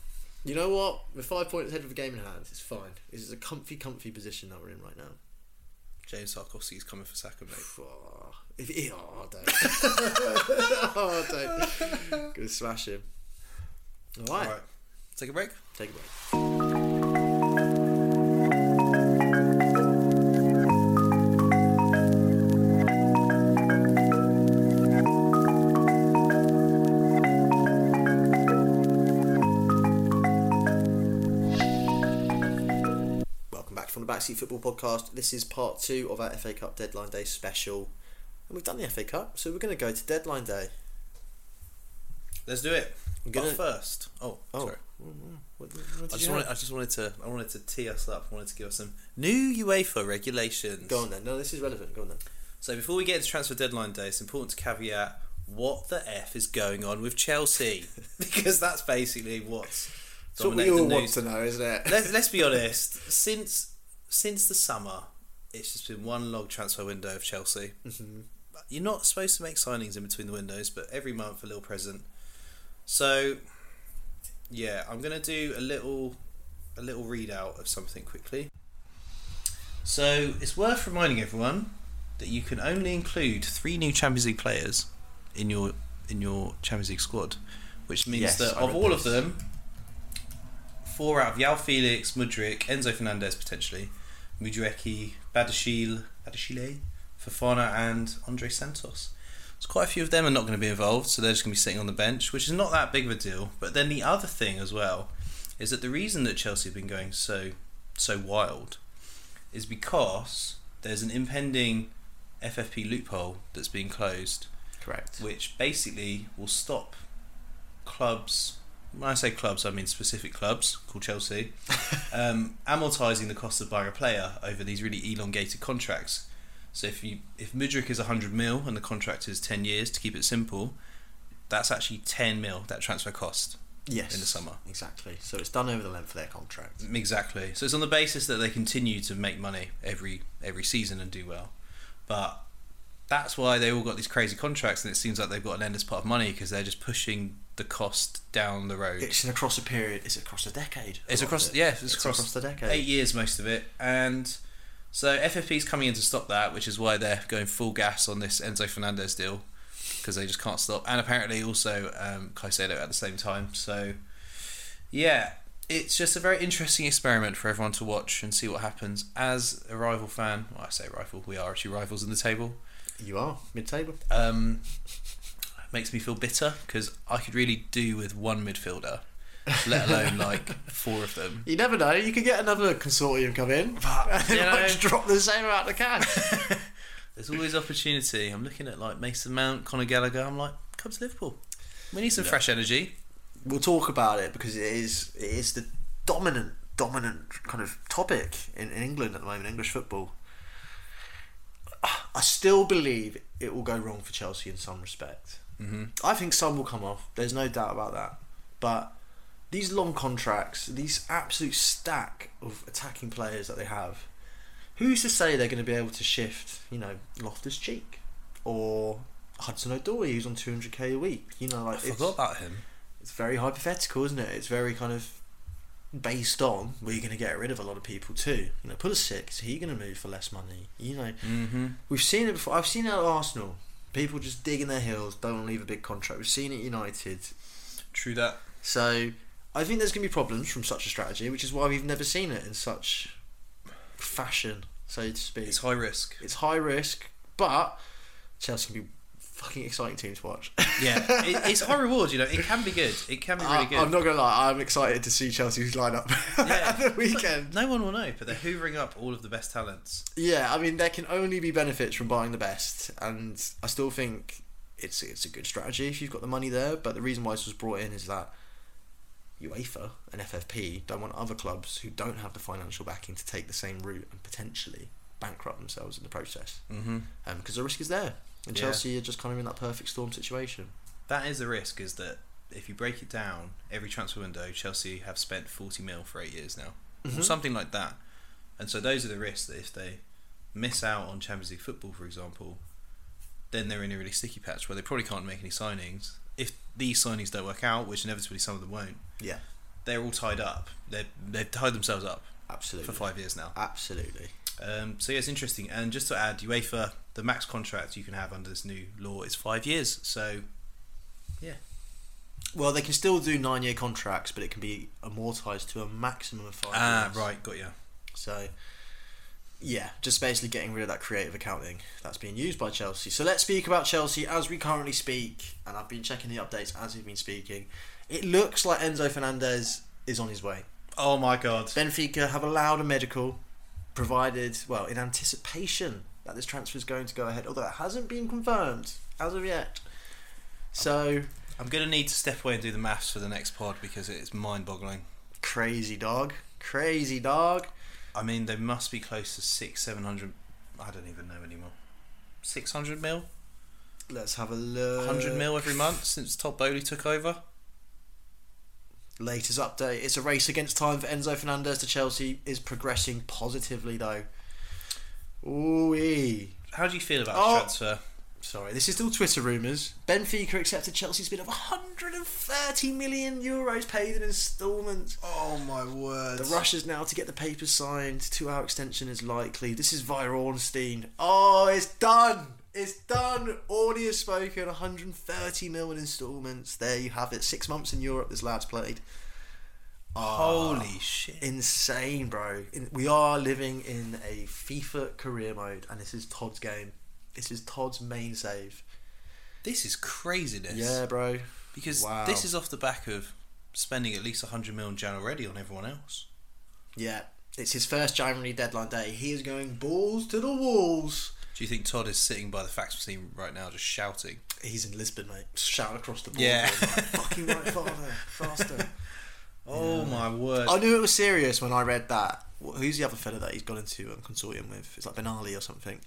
B: You know what? With five points ahead of the game in hand, it's fine. This is a comfy, comfy position that we're in right now.
A: James Sarkowski's coming for Saka, mate.
B: Oh, if he, oh, don't. oh, don't. Gonna smash him. All right.
A: All right, take a break.
B: Take a break. Welcome back from on the Backseat Football Podcast. This is part two of our FA Cup Deadline Day special. And we've done the FA Cup, so we're going to go to Deadline Day.
A: Let's do it. But
B: I'm gonna-
A: first, oh,
B: Oh,
A: sorry.
B: what, what
A: I
B: did
A: just
B: you
A: wanted,
B: have?
A: I just wanted to, I wanted to tee us up. I wanted to give us some new UEFA regulations.
B: Go on then. No, this is relevant. Go on then.
A: So before we get into transfer deadline day, it's important to caveat what the f is going on with Chelsea because that's basically what's
B: It's what we
A: dominated
B: all
A: the
B: want
A: news.
B: to know, isn't it?
A: Let's let's be honest. Since since the summer, it's just been one log transfer window of Chelsea. You're not supposed to make signings in between the windows, but every month a little present. So yeah, I'm gonna do a little a little readout of something quickly. So it's worth reminding everyone that you can only include three new Champions League players in your in your Champions League squad, which means
B: Yes,
A: that
B: I
A: of
B: read
A: all of
B: this.
A: them, four out of Yao Felix, Mudrik, Enzo Fernandez potentially, Mudreki, Badashil, Badashile, Fafana, and Andre Santos. So quite a few of them are not going to be involved, so they're just going to be sitting on the bench, which is not that big of a deal. But then the other thing as well is that the reason that Chelsea have been going so so wild is because there's an impending FFP loophole that's being closed,
B: Correct.
A: which basically will stop clubs. When I say clubs, I mean specific clubs called Chelsea, um, amortising the cost of buying a player over these really elongated contracts. So if you if Mudrik is 100 mil and the contract is 10 years, to keep it simple, that's actually 10 mil that transfer cost.
B: Yes.
A: in the summer.
B: Exactly. So it's done over the length of their contract.
A: Exactly. So it's on the basis that they continue to make money every every season and do well, but that's why they all got these crazy contracts, and it seems like they've got an endless pot of money because they're just pushing the cost down the road. It's,
B: It's across a period. It's across a decade. a lot
A: across
B: of it.
A: yeah, it's,
B: It's
A: across,
B: across the decade.
A: eight years most of it, and so FFP's coming in to stop that, which is why they're going full gas on this Enzo Fernandez deal because they just can't stop, and apparently also um, Caicedo at the same time. So yeah, it's just a very interesting experiment for everyone to watch and see what happens. As a rival fan, well, I say rival, we are actually rivals in the table.
B: You are mid table.
A: Um, makes me feel bitter because I could really do with one midfielder, let alone like four of them.
B: You never know. You could get another consortium come in.
A: But,
B: They
A: you
B: might
A: know.
B: just drop the same amount of cash.
A: There's always opportunity. I'm looking at like Mason Mount, Conor Gallagher. I'm like, come to Liverpool. We need some fresh energy.
B: we'll talk about it because it is it is the dominant dominant kind of topic in, in England at the moment. English football. I still believe it will go wrong for Chelsea in some respect.
A: Mm-hmm.
B: I think some will come off. There's no doubt about that. But these long contracts, these absolute stack of attacking players that they have, who's to say they're going to be able to shift, you know, Loftus Cheek or Hudson Odoi, who's on 200k a week? You know,
A: I
B: like it's,
A: forgot about him.
B: it's very hypothetical, isn't it? It's very kind of based on we're going to get rid of a lot of people too. You know, Pulisic, is he going to move for less money? You know,
A: Mm-hmm.
B: We've seen it before. I've seen it at Arsenal. People just digging their heels, don't want to leave a big contract. We've seen it at United.
A: True that.
B: So I think there's going to be problems from such a strategy, which is why we've never seen it in such fashion, so to speak.
A: It's
B: It's,
A: high risk.
B: high risk, but Chelsea can be fucking exciting team to watch.
A: Yeah, it, it's high reward. You know, it can be good. It can be really
B: I,
A: good.
B: I'm not going to lie, I'm excited to see Chelsea's lineup at the weekend.
A: no one will know, but they're hoovering up all of the best talents.
B: Yeah, I mean, there can only be benefits from buying the best, and I still think it's it's a good strategy if you've got the money there. But the reason why this was brought in is that UEFA and FFP don't want other clubs who don't have the financial backing to take the same route and potentially bankrupt themselves in the process,
A: Mm-hmm.
B: because the risk is there. And
A: Yeah.
B: Chelsea are just kind of in that perfect storm situation.
A: That is the risk. Is that if you break it down, every transfer window, Chelsea have spent forty mil for eight years now,
B: Mm-hmm.
A: or something like that. And so those are the risks that if they miss out on Champions League football, for example, then they're in a really sticky patch where they probably can't make any signings. If these signings don't work out, which inevitably some of them won't,
B: Yeah,
A: they're all tied up. They're, they've tied themselves up
B: absolutely,
A: for five years now.
B: absolutely.
A: Um, so yeah, it's interesting. And just to add, UEFA, the max contract you can have under this new law is five years. So
B: Well, they can still do nine-year contracts, but it can be amortised to a maximum of five.
A: ah,
B: years.
A: right, got you.
B: So, yeah, just basically getting rid of that creative accounting that's being used by Chelsea. So let's speak about Chelsea as we currently speak, and I've been checking the updates as we've been speaking. It looks like Enzo Fernandez is on his way.
A: Oh my god.
B: Benfica have allowed a medical. provided, well, in anticipation that this transfer is going to go ahead, although it hasn't been confirmed as of yet. So
A: I'm going to need to step away and do the maths for the next pod because it's mind boggling.
B: crazy dog, crazy dog.
A: I mean, they must be close to six, seven hundred. I don't even know anymore. Six hundred mil,
B: Let's have a look.
A: hundred mil
B: Uh,
A: every month since Todd Bowley took over.
B: Latest update: It's a race against time for Enzo Fernandez to Chelsea. Is progressing positively though. Ooh.
A: How do you feel about
B: Oh.
A: the transfer?
B: Sorry, this is still Twitter rumours. Benfica accepted Chelsea's bid of 130 million euros paid in instalments.
A: Oh my word!
B: The rush is now to get the papers signed. Two hour extension is likely. This is via Ornstein. Oh, it's done! It's done! Already has spoken. 130 million instalments. There you have it. Six months in Europe, this lad's played. ah.
A: Holy shit!
B: Insane, bro. In, we are living in a FIFA career mode, and this is Todd's game. This is Todd's main save.
A: This is craziness.
B: Yeah, bro.
A: Because
B: Wow.
A: this is off the back of spending at least 100 million Jan already on everyone else.
B: Yeah, it's his first January deadline day. He is going balls to the walls.
A: Do you think Todd is sitting by the fax machine right now just shouting?
B: He's in Lisbon, mate. Shout across the border.
A: Yeah.
B: Oh, Fucking right, father. Faster.
A: Oh my word.
B: I knew it was serious when I read that. Wh- Who's the other fella that he's gone into um, consortium with? It's like Benali or something.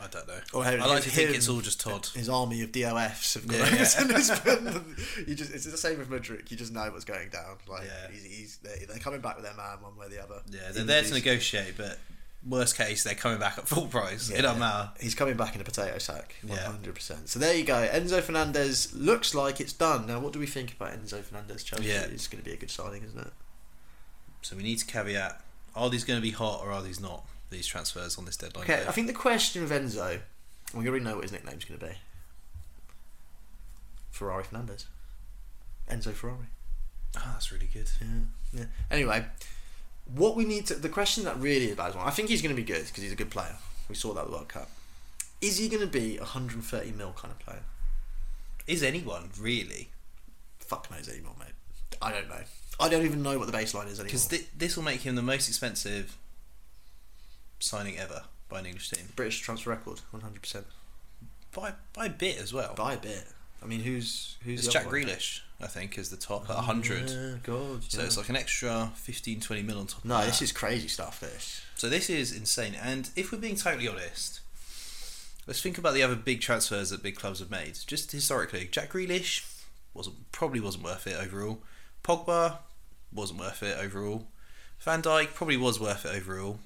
A: I don't know.
B: Or
A: I like to think
B: him-
A: it's all just Todd.
B: His army of DOFs have gone
A: Yeah.
B: over to Lisbon. you just, it's the same with Mudrick. You just know what's going down. Like
A: Yeah.
B: he's, he's, they're, they're coming back with their man one way or the other.
A: Yeah, they're there to
B: He's-
A: negotiate, but worst case, they're coming back at full price. It
B: Yeah.
A: don't matter.
B: He's coming back in a potato sack, one
A: Yeah.
B: hundred percent. So there you go. Enzo Fernandez looks like it's done. Now, what do we think about Enzo Fernandez? Chelsea
A: Yeah.
B: it's going to be a good signing, isn't it?
A: So we need to caveat are these going to be hot or are these not? These transfers on this deadline.
B: Okay,
A: day?
B: I think the question of Enzo, we already know what his nickname's going to be. Ferrari Fernandez, Enzo Ferrari.
A: Ah, that's really good.
B: Yeah. yeah. Anyway, what we need to the question that really is about is one. I think he's going to be good because he's a good player. We saw that at the World Cup. Is he going to be a 130 mil kind of player?
A: Is anyone really?
B: fuck knows anymore, mate. I don't know. I don't even know what the baseline is anymore.
A: Because this will make him the most expensive signing ever by an English team.
B: British transfer record, one hundred percent.
A: By, by a bit as well.
B: By a bit. I mean, who's who's
A: It's
B: the
A: Jack
B: other one?
A: Grealish, I think, is the top at 100.
B: Yeah, God.
A: So
B: yeah.
A: it's like an extra 15, 20 mil on top
B: no,
A: of that.
B: this is crazy stuff. This.
A: So this is insane. And if we're being totally honest, let's think about the other big transfers that big clubs have made. Just historically, Jack Grealish wasn't probably wasn't worth it overall. Pogba wasn't worth it overall. Van Dijk probably was worth it overall.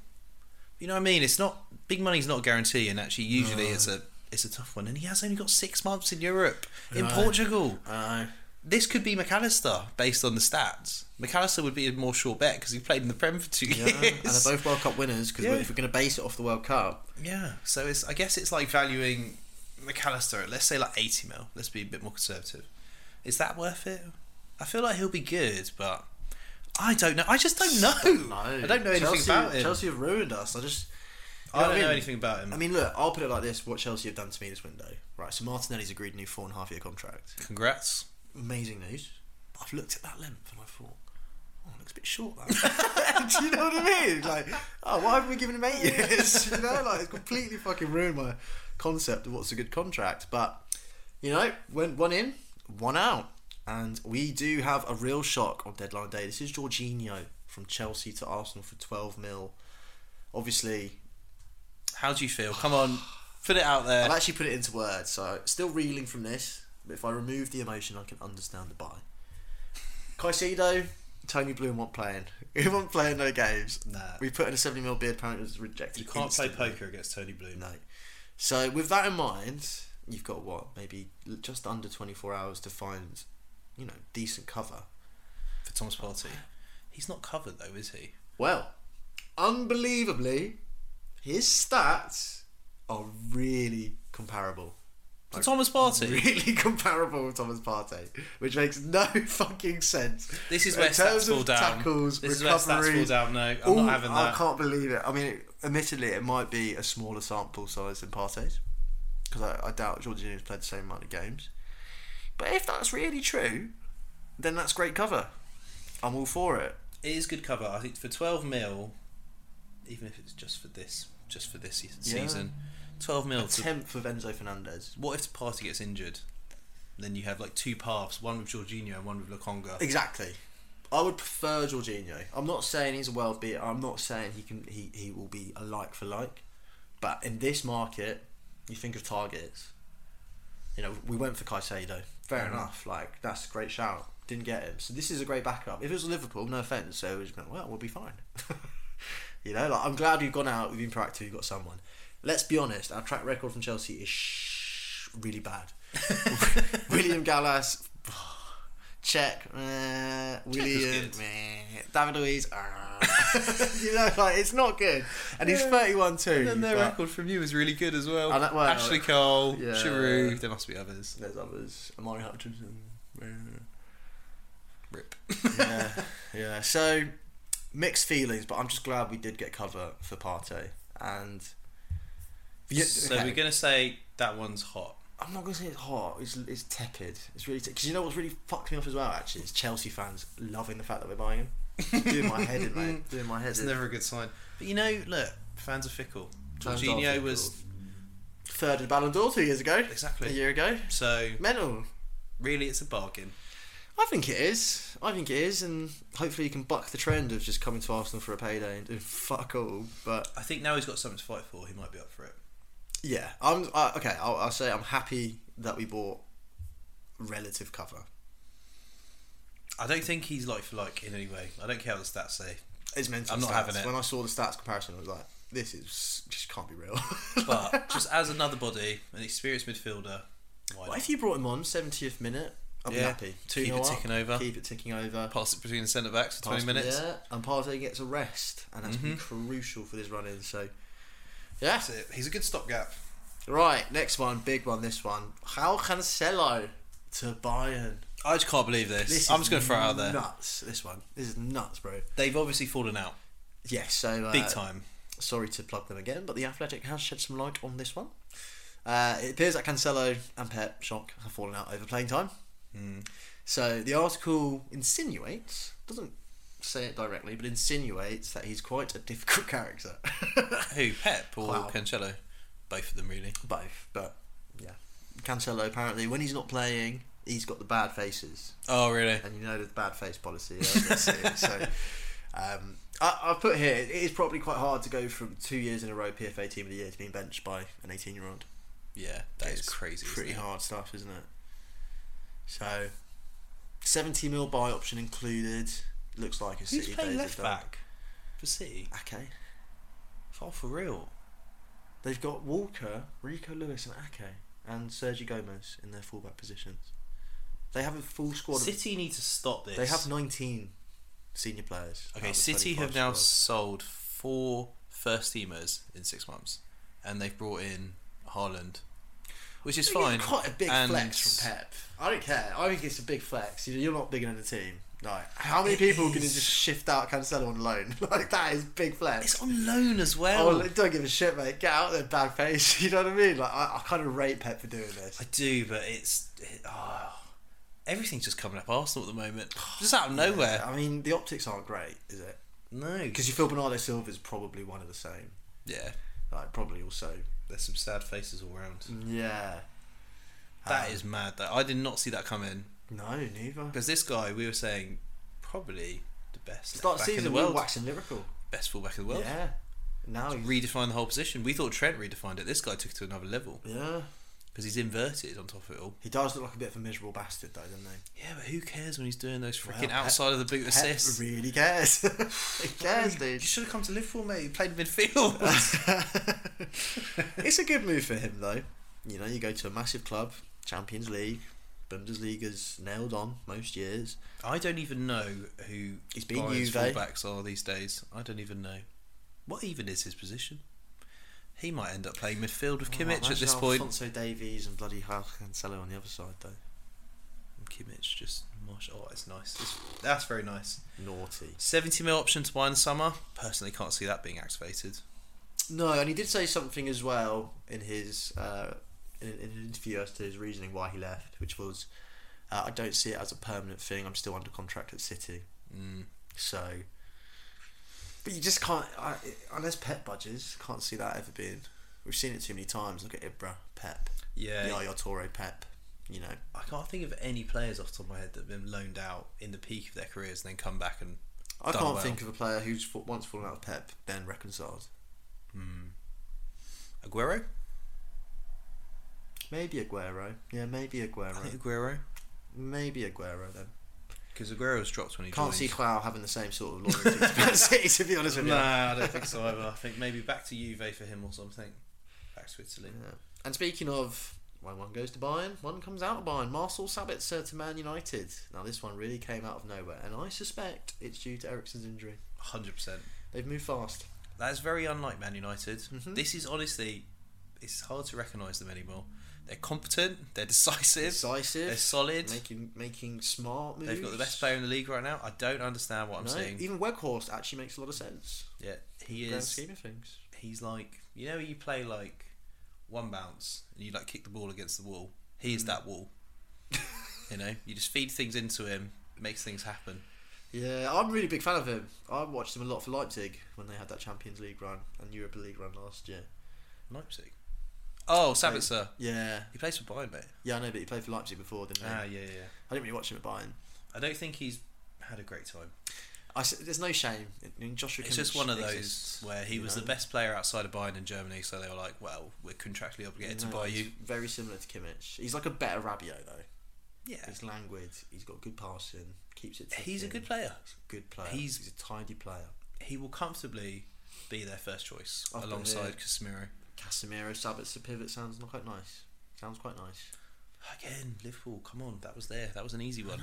A: You know what I mean? It's not big money's not a guarantee, and actually usually
B: No.
A: it's a it's a tough one. And he has only got six months in Europe, in
B: No.
A: Portugal.
B: I know.
A: This could be McAllister based on the stats. McAllister would be a more sure bet because he played in the Prem for two
B: Yeah,
A: years.
B: and they're both World Cup winners because
A: Yeah.
B: if we're going to base it off the World Cup,
A: Yeah, so it's I guess it's like valuing McAllister at let's say like eighty mil. Let's be a bit more conservative. Is that worth it? I feel like he'll be good, but I don't know. I just don't know. I don't know anything
B: Chelsea,
A: about him.
B: Chelsea have ruined us. I just. you
A: I
B: what
A: don't know
B: mean?
A: anything about him.
B: I mean, look, I'll put it like this: what Chelsea have done to me this window, right? So Martinelli's agreed a new four and a half year contract.
A: Congrats.
B: amazing news. I've looked at that length and I thought, oh, it looks a bit short. That. Do you know what I mean? Like, oh, why haven't we given him eight years? You know, like it's completely fucking ruined my concept of what's a good contract. But you know, went one in, one out, and we do have a real shock on deadline day. This is Jorginho from Chelsea to Arsenal for twelve mil. Obviously,
A: How do you feel? Come on, put it out there.
B: I've actually put it into words, so still reeling from this. But if I remove the emotion, I can understand the buy. Caicedo, Tony Bloom won't playing. He won't playing no games.
A: Nah.
B: We put in a seventy mil bid. Apparently, it was rejected.
A: you can't
B: instantly.
A: play poker against Tony Bloom.
B: No. So with that in mind, you've got what maybe l- just under twenty four hours to find, you know, decent cover.
A: for Thomas Partey. He's not covered though, is he?
B: Well, unbelievably, his stats are really comparable.
A: For
B: Like,
A: Thomas Partey.
B: really comparable with Thomas Partey, which makes no fucking sense.
A: This is
B: In
A: where
B: terms
A: stats
B: of
A: fall down.
B: Tackles,
A: this is where stats fall
B: recoveries-
A: down. No, I'm
B: Ooh,
A: not having
B: I
A: that.
B: can't believe it. I mean, it, admittedly, it might be a smaller sample size than Partey's, because I, I doubt Jorginho's played the same amount of games. But if that's really true, then that's great cover. I'm all for it.
A: It is good cover. I think for twelve mil, even if it's just for this, just for this se-
B: Yeah.
A: season. Twelve mil.
B: A
A: to-
B: tenth of Enzo Fernandez.
A: what if Party gets injured? Then you have like two paths, one with Jorginho and one with Lukonga.
B: Exactly. I would prefer Jorginho. I'm not saying he's a well beater. I'm not saying he can he, he will be a like for like. But in this market, you think of targets. You know, we went for Caicedo. Fair
A: Mhm.
B: enough. Like that's a great shout. Didn't get him. So this is a great backup. If it was Liverpool, no offense, so it was going, well, we'll be fine. you know, like I'm glad we've gone out, we've been proactive, we've got someone. Let's be honest, our track record from Chelsea is sh- really bad. William Gallas, check. eh, William,
A: good.
B: meh. David Luiz, ah. you know, like it's not good. And he's
A: Yeah.
B: 31 too.
A: And then their
B: but
A: record from you is really good as well.
B: Oh, that- well,
A: Ashley Cole,
B: yeah.
A: Giroud. There must be others.
B: There's others. Amari Hutchinson.
A: Rip.
B: yeah, yeah. So mixed feelings, but I'm just glad we did get cover for Partey. And Yeah,
A: so
B: okay.
A: we're gonna say that one's hot.
B: I'm not gonna say it's hot. It's it's tepid. It's really because you know what's really fucked me off as well. Actually, is Chelsea fans loving the fact that we're buying him. doing my head in, mate. Doing my head
A: It's
B: in.
A: never a good sign. But you know, look, fans are fickle.
B: Fans are
A: Jorginho
B: fickle.
A: was
B: third in Ballon d'Or two years ago.
A: Exactly.
B: A year ago.
A: so
B: Mental.
A: really it's a bargain.
B: I think it is. I think it is, and hopefully you can buck the trend of just coming to Arsenal for a payday and doing fuck all. But
A: I think now he's got something to fight for. He might be up for it.
B: Yeah, I'm I okay. I'll, I'll say I'm happy that we bought relative cover.
A: I don't think he's like for like in any way. I don't care what the stats say.
B: It's mental.
A: I'm not
B: stats.
A: having it.
B: When I saw the stats comparison, I was like, "This is just can't be real."
A: But just as another body, an experienced midfielder, why
B: what
A: not?
B: if you brought him on 70th minute? I'd be
A: Yeah.
B: happy.
A: Keep
B: Two-nil
A: it
B: up,
A: ticking over.
B: Keep it ticking over.
A: pass it between the centre backs for
B: Pass-
A: twenty minutes? Mm-hmm.
B: Yeah, and Partey gets a rest, and that's been crucial for this run in. So, yeah.
A: That's it. He's a good stopgap.
B: Right, next one, big one. This one, how Cancelo to Bayern?
A: I just can't believe this.
B: This
A: I'm
B: is
A: just going to throw it out there.
B: Nuts. This one. This is nuts, bro.
A: They've obviously fallen out
B: Yes. So uh,
A: big time.
B: sorry to plug them again, but the Athletic has shed some light on this one. Uh, it appears that Cancelo and Pep Shock have fallen out over playing time.
A: Hmm.
B: So the article insinuates, doesn't say it directly, but insinuates that he's quite a difficult character.
A: Who? Pep or
B: Wow.
A: Cancelo? Both of them really.
B: Both, but yeah. Cancelo apparently, when he's not playing, he's got the bad faces.
A: Oh really?
B: and you know the bad face policy. I don't see it. so um, I, I've put here it is probably quite hard to go from two years in a row PFA team of the year to being benched by an 18 year old.
A: Yeah, that is
B: It's
A: crazy. isn't
B: Pretty
A: it?
B: hard stuff, isn't it? So 70 mil buy option included. Looks like a
A: Who's
B: City
A: playing
B: days are
A: left
B: done.
A: back for City?
B: Ake.
A: Oh, for real?
B: They've got Walker, Rico Lewis, and Ake, and Sergio Gomez in their fullback positions. They have a full squad. Of,
A: City need to stop this.
B: they have 19 senior players. out
A: Okay,
B: of the
A: City
B: 25
A: have now
B: squad.
A: sold four first teamers in six months, and they've brought in Haaland, which is
B: I think
A: fine.
B: it's Quite a big
A: and-
B: flex from Pep. I don't care. I think it's a big flex. You- You're not big in the team. Like, how many people can
A: is.
B: just shift out Cancelo on loan? Like, that is big flex.
A: It's on loan as well.
B: Oh, like, don't give a shit, mate. Get out there, bad face. You know what I mean? Like, I, I kind of rate Pep for doing this.
A: I do, but it's it, oh, everything's just coming up Arsenal at the moment, just out of nowhere.
B: I mean, the optics aren't great, is it?
A: No,
B: Because you feel Bernardo Silva is probably one of the same.
A: yeah,
B: Like, probably also.
A: there's some sad faces all around.
B: Yeah.
A: That
B: Um,
A: is mad. That I did not see that come in
B: No, neither.
A: because this guy we were saying probably the best Start
B: Start
A: back in
B: season,
A: the
B: we were
A: world,
B: waxing lyrical.
A: best fullback in the world.
B: Yeah. Now he's.
A: Redefined the whole position. We thought Trent redefined it. This guy took it to another level
B: yeah.
A: because he's inverted on top of it all.
B: He does look like a bit of a miserable bastard, though, doesn't he?
A: Yeah, but who cares when he's doing those freaking
B: Well, Pep-
A: outside of the boot
B: Pep
A: assists?
B: really cares. he cares,
A: You
B: dude.
A: should have come to Liverpool, mate. You played midfield.
B: it's a good move for him, though. You know, you go to a massive club, Champions League, Bundesliga's nailed on most years.
A: I don't even know who
B: He's been
A: Bayern's
B: Juve.
A: fullbacks are these days. I don't even know what even is his position. He might end up playing midfield with Kimmich at
B: Oh, Imagine
A: this point.
B: Alfonso Davies and bloody Hal Cancelo on the other side, though.
A: Kimmich just mosh. Oh, it's nice. It's, that's very nice.
B: Naughty.
A: Seventy mil option to buy in the summer. Personally, can't see that being activated.
B: No, and he did say something as well in his uh, in, in an interview as to his reasoning why he left, which was, uh, "I don't see it as a permanent thing. I'm still under contract at City."
A: Mm.
B: So But you just can't, I, unless Pep budges, can't see that ever being. We've seen it too many times. Look at Ibra, Pep,
A: Yeah,
B: Yaya Torre, Pep. You know,
A: I can't think of any players off the top of my head that have been loaned out in the peak of their careers and then come back and
B: I
A: Done
B: can't
A: well.
B: think of a player who's fo- once fallen out with Pep, then reconciled.
A: hmm. Aguero.
B: Maybe Aguero. Yeah, maybe
A: I
B: Aguero.
A: think Aguero
B: Maybe Aguero then.
A: because Aguero was dropped when he
B: Can't
A: joined.
B: see Clow having the same sort of loyalty to Man City, to be honest with you.
A: Nah, I don't think so either. I think maybe back to Juve for him or something. Back to Italy.
B: Yeah. And speaking of when one goes to Bayern, one comes out of Bayern. Marcel Sabitzer to Man United. Now this one really came out of nowhere, and I suspect it's due to Ericsson's injury.
A: Hundred percent.
B: They've moved fast.
A: That is very unlike Man United.
B: Mhm.
A: This is honestly, it's hard to recognise them anymore. They're competent. They're decisive.
B: Decisive.
A: They're solid.
B: Making making smart moves.
A: They've got the best player in the league right now. I don't understand what I'm
B: No,
A: seeing.
B: even Weghorst actually makes a lot of sense.
A: yeah, he
B: Grand
A: is.
B: scheme of things.
A: He's like you know you play like one bounce and you like kick the ball against the wall. He is that wall. you know, you just feed things into him, makes things happen.
B: Yeah, I'm a really big fan of him. I watched him a lot for Leipzig when they had that Champions League run and Europa League run last year.
A: Leipzig. Oh, Sabitzer.
B: Yeah,
A: He plays for Bayern, mate.
B: yeah, I know, but he played for Leipzig before, didn't he?
A: Ah, yeah, yeah.
B: I didn't really watch him at Bayern.
A: I don't think he's had a great time.
B: I s there's no shame in- in Joshua.
A: It's
B: Kimmich
A: just one of those
B: exists,
A: where he
B: you
A: was
B: know?
A: the best player outside of Bayern in Germany, so they were like, "Well, we're contractually obligated to
B: No,
A: buy
B: he's
A: you."
B: Very similar to Kimmich. He's like a better Rabiot though.
A: Yeah,
B: He's languid. He's got good passing. Keeps it.
A: he's a
B: ticking,
A: good player.
B: good player.
A: he's-
B: He's, a tidy player.
A: He will comfortably be their first choice
B: Up in
A: alongside
B: here.
A: Casemiro.
B: Casemiro, Sabitzer pivot sounds not quite nice. Sounds quite nice.
A: Again, Liverpool. Come on, that was there. That was an easy one.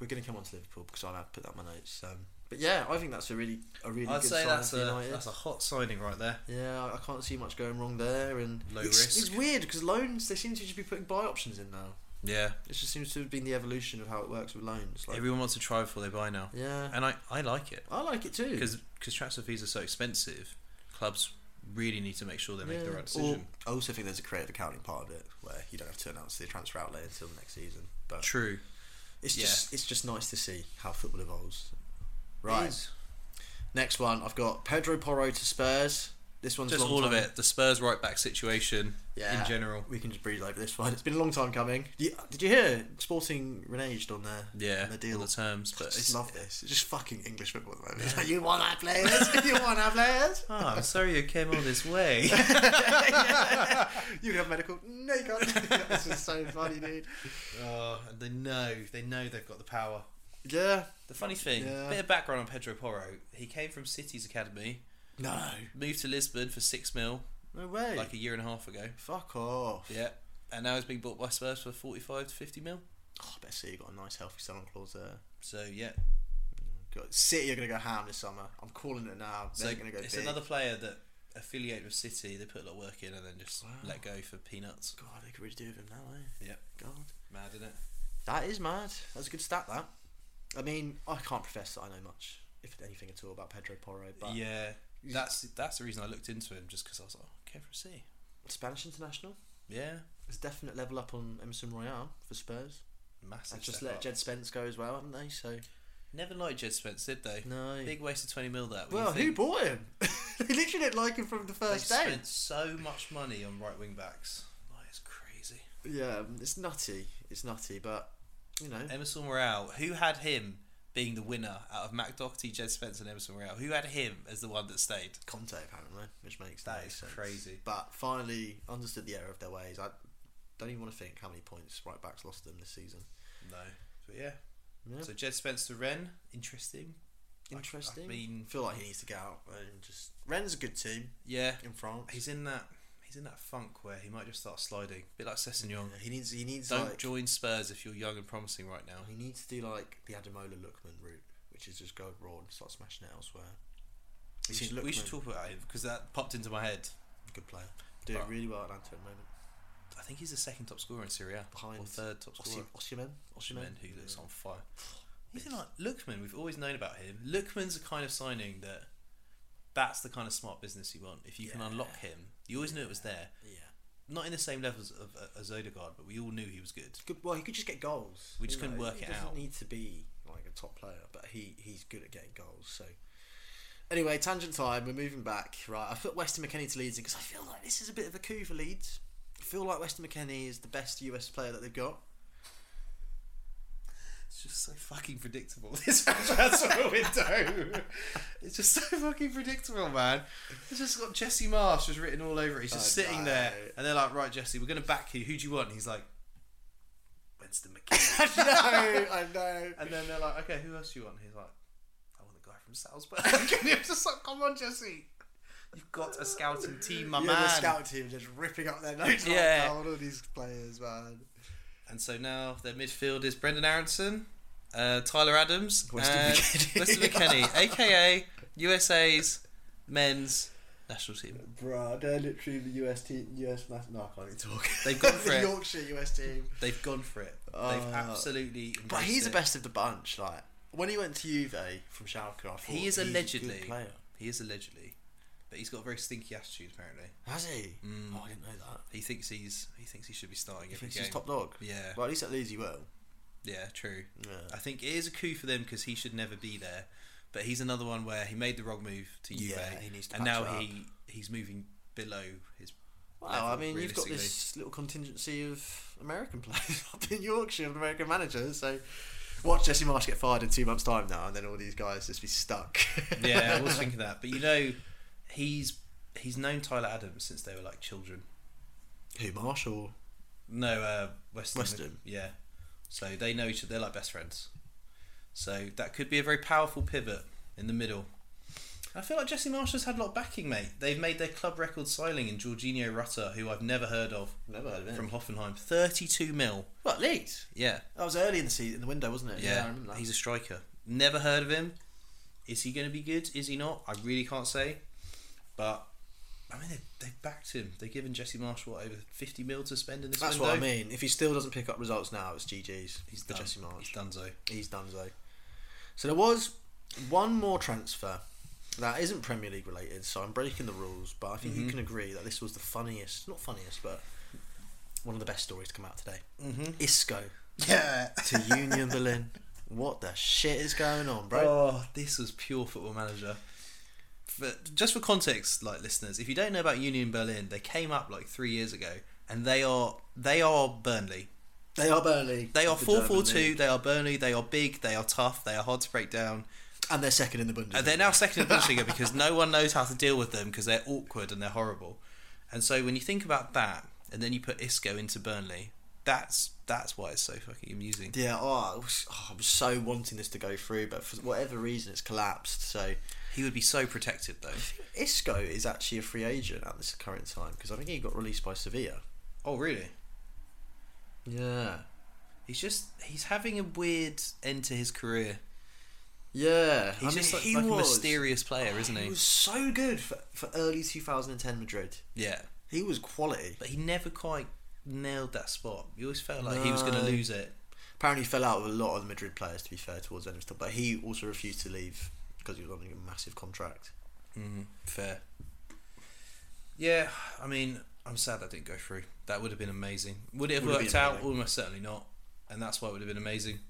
B: We're going to come on to Liverpool because I'll have put that in my notes. Um, but yeah, I think that's a really a really
A: I'd
B: good
A: say
B: sign
A: that's
B: for
A: a
B: United.
A: that's a hot signing right there.
B: yeah, I- I can't see much going wrong there. And
A: Low
B: it's,
A: risk.
B: It's weird because loans they seem to just be putting buy options in now.
A: Yeah,
B: It just seems to have been the evolution of how it works with loans. Like,
A: everyone wants to try before they buy now,
B: yeah,
A: and I I like it
B: I like it too.
A: because transfer fees are so expensive. Clubs really need to make sure they make the
B: Yeah.
A: right decision.
B: Or, I also think there's a creative accounting part of it where you don't have to announce the transfer outlay until next season. But
A: True.
B: it's
A: yeah.
B: just it's just nice to see how football evolves.
A: It
B: Right,
A: is.
B: next one I've got Pedro Porro to Spurs. This one's
A: Just
B: a long
A: all of
B: time-
A: it. The Spurs right back situation
B: Yeah.
A: in general.
B: We can just breeze over this one. It's been a long time coming. Did you, did you hear Sporting reneged on their
A: Yeah,
B: on their
A: all
B: deal?
A: the terms,
B: I
A: but
B: just
A: it's,
B: love this. It's just fucking English football. At the moment. It's like, you want our players? you want our players?
A: Ah, I'm sorry you came all this way.
B: You can have medical. No, you can't. this is so funny, dude.
A: oh, and they know, they know they've got the power.
B: Yeah.
A: The funny thing,
B: Yeah.
A: bit of background on Pedro Porro. He came from City's academy,
B: No.
A: moved to Lisbon for six mil
B: No way.
A: like a year and a half ago.
B: Fuck off.
A: Yeah, and now he's being bought by Spurs for forty-five to fifty mil.
B: Oh, I better see you got a nice healthy selling clause there.
A: So yeah,
B: God, City are going to go ham this summer. I'm calling it now.
A: so
B: They're going to go
A: it's
B: big.
A: another player that affiliate with City. They put a lot of work in and then just
B: Wow.
A: let go for peanuts.
B: God, they could really do with him now, eh?
A: Yep.
B: God.
A: Mad, isn't it?
B: That is mad. That's a good stat. That. I mean, I can't profess that I know much, if anything at all, about Pedro Porro, but
A: yeah,
B: He's-
A: that's that's the reason I looked into him just because I was like, oh, came from City.
B: Spanish international
A: Yeah,
B: is a definite level up on Emerson Royale for Spurs.
A: massive.
B: I've just
A: step
B: let
A: up.
B: Jed Spence go as well, haven't they? So
A: Never liked Jed Spence, did they?
B: no.
A: Big waste of twenty mil that. when you
B: well, who
A: think
B: bought him? they literally didn't like him from the
A: they
B: first day.
A: spent so much money on right wing backs. Like, it's crazy.
B: Yeah, um, it's nutty. It's nutty, but you know,
A: Emerson Royale, who had him being the winner out of Mac Doherty, Jed Spence, and Emerson Royale? Who had him as the one that stayed?
B: Conte apparently, which makes
A: That
B: no
A: is
B: sense.
A: crazy.
B: But finally understood the error of their ways. I don't even want to think how many points right backs lost them this season.
A: No, but yeah.
B: Yeah.
A: So Jed Spence to Ren, interesting. I-
B: Interesting.
A: I
B: I,
A: mean-
B: feel like he needs to get out and just. Ren's a good team
A: Yeah,
B: in France.
A: he's in that. He's in that funk where he might just start sliding, bit like Sessegnon.
B: Yeah, he needs. He needs
A: Don't
B: like.
A: join Spurs if you're young and promising right now.
B: Oh, He needs to do like the Adamola Lookman route, which is just go abroad and start smashing it elsewhere.
A: We
B: He's
A: should, we should talk about him because that popped into my head.
B: Good player. Doing
A: But-
B: really well at Atlanta at the moment.
A: I think he's the second top scorer in Serie A, or
B: Behind
A: third top scorer.
B: Osimhen.
A: Osimhen, who looks on fire. He's
B: Yes.
A: like Lookman. We've always known about him. Lookman's the kind of signing that that's the kind of smart business you want. If you can
B: Yeah.
A: unlock him, you always knew it was there.
B: Yeah.
A: Not in the same levels of uh, as Odegaard, but we all knew he was good.
B: Good. Well, he could just get goals.
A: We just
B: you
A: couldn't
B: know,
A: work
B: he
A: it
B: doesn't
A: out.
B: need to be like a top player, but he he's good at getting goals. So Anyway, tangent time. We're moving back. Right, I put Weston McKennie to Leeds because I feel like this is a bit of a coup for Leeds. I feel like Weston McKennie is the best US player that they've got.
A: It's just so fucking predictable. This transfer window. It's just so fucking predictable, man. It's just got Jesse Marsh was written all over it. He's just
B: I
A: sitting
B: know.
A: there, and they're like, "Right, Jesse, we're going to back you. Who do you want?" And he's like, "Winston McKinney."
B: I know, I know.
A: and then they're like, "Okay, who else do you want?" And he's like, "I want the guy from Salzburg." and you're just like, "Come on, Jesse, you've got a scouting team, my
B: yeah,
A: man."
B: the scout team just ripping up their notes
A: Yeah.
B: yeah. right now on all these players, man.
A: And so now their midfield is Brendan Aronson, uh, Tyler Adams,
B: Weston
A: and
B: McKennie.
A: Weston McKennie, aka USA's men's national team.
B: Bruh, they're literally the US team, US mas- No, I can't even talk.
A: They've gone for
B: the
A: it.
B: Yorkshire US team.
A: They've gone for it. They've
B: Oh.
A: absolutely.
B: But
A: embraced
B: he's the
A: it.
B: best of the bunch. Like when he went to Juve eh, from Schalke, I thought
A: He is
B: he's a good
A: allegedly.
B: player.
A: He is allegedly, but he's got a very stinky attitude. Apparently,
B: Has he?
A: Mm.
B: Oh, I didn't know that.
A: he thinks he's he thinks he should be starting
B: He
A: every
B: thinks
A: game.
B: he's top dog.
A: Yeah,
B: Well, at least at Leeds he will.
A: yeah, true.
B: Yeah.
A: I think it is a coup for them because he should never be there. But he's another one where he made the wrong move to Juve,
B: Yeah, he needs to
A: and
B: patch
A: now
B: it
A: he he's moving below his.
B: Wow, I
A: level,
B: mean, you've got
A: realistically.
B: this little contingency of American players up in Yorkshire, of American managers. So watch Jesse Marsh get fired in two months' time now, and then all these guys just be stuck.
A: yeah, I was thinking that, but you know, he's he's known Tyler Adams since they were like children.
B: Who Marsh or
A: No, uh, Western.
B: Weston.
A: Yeah, so they know each other. They're like best friends. So that could be a very powerful pivot in the middle. I feel like Jesse Marsh has had a lot of backing, mate. They've made their club record signing in Jorginho Rutter, who I've never heard of,
B: Never heard of him.
A: from Hoffenheim. 32 mil.
B: What Leeds?
A: Yeah.
B: That was early in the season, in the window, wasn't it? I
A: Yeah,
B: remember that.
A: he's a striker. Never heard of him. Is he going to be good? Is he not? I really can't say. But I mean, they've, they've backed him. They've given Jesse Marsh what over fifty mil to spend in this
B: That's
A: window.
B: what I mean. If he still doesn't pick up results now, it's GG's.
A: He's
B: for
A: done.
B: Jesse Marsh.
A: He's done so.
B: He's done though. So there was one more transfer that isn't Premier League related, so I'm breaking the rules, but I think you can agree that this was the funniest, not funniest, but one of the best stories to come out today. Mm-hmm.
A: Mhm.
B: Isco
A: Yeah.
B: to Union Berlin. What the shit is going on, bro?
A: Oh, this was pure football manager. But just for context, like listeners, if you don't know about Union Berlin, they came up like three years ago, and they are they are Burnley.
B: They are Burnley.
A: They are
B: of the
A: four four
B: German
A: two.
B: league,
A: They are Burnley. They are big. They are tough. They are hard to break down.
B: And they're second in the Bundesliga.
A: Uh, they're now second in the Bundesliga because no one knows how to deal with them because they're awkward and they're horrible. And so when you think about that, and then you put Isco into Burnley, that's that's why it's so fucking amusing.
B: Yeah, oh, I was, oh, I was so wanting this to go through, but for whatever reason, it's collapsed. So
A: He would be so protected though.
B: Isco is actually a free agent at this current time because I think he got released by Sevilla.
A: Oh really?
B: Yeah.
A: He's just he's having a weird end to his career.
B: Yeah.
A: He's just like, like a mysterious player, isn't he?
B: He was so good for, for early 2010 Madrid.
A: Yeah,
B: He was quality.
A: but he never quite nailed that spot. You always felt like he was going to
B: No.
A: lose it.
B: Apparently, he fell out with a lot of the Madrid players, to be fair, towards the end of the but he also refused to leave because he was on a massive contract.
A: Mm, fair. Yeah, I mean, I'm sad that didn't go through. That would have been amazing. Would it have
B: Would have
A: worked
B: been
A: out?
B: amazing.
A: Almost certainly not. And that's why it would have been amazing.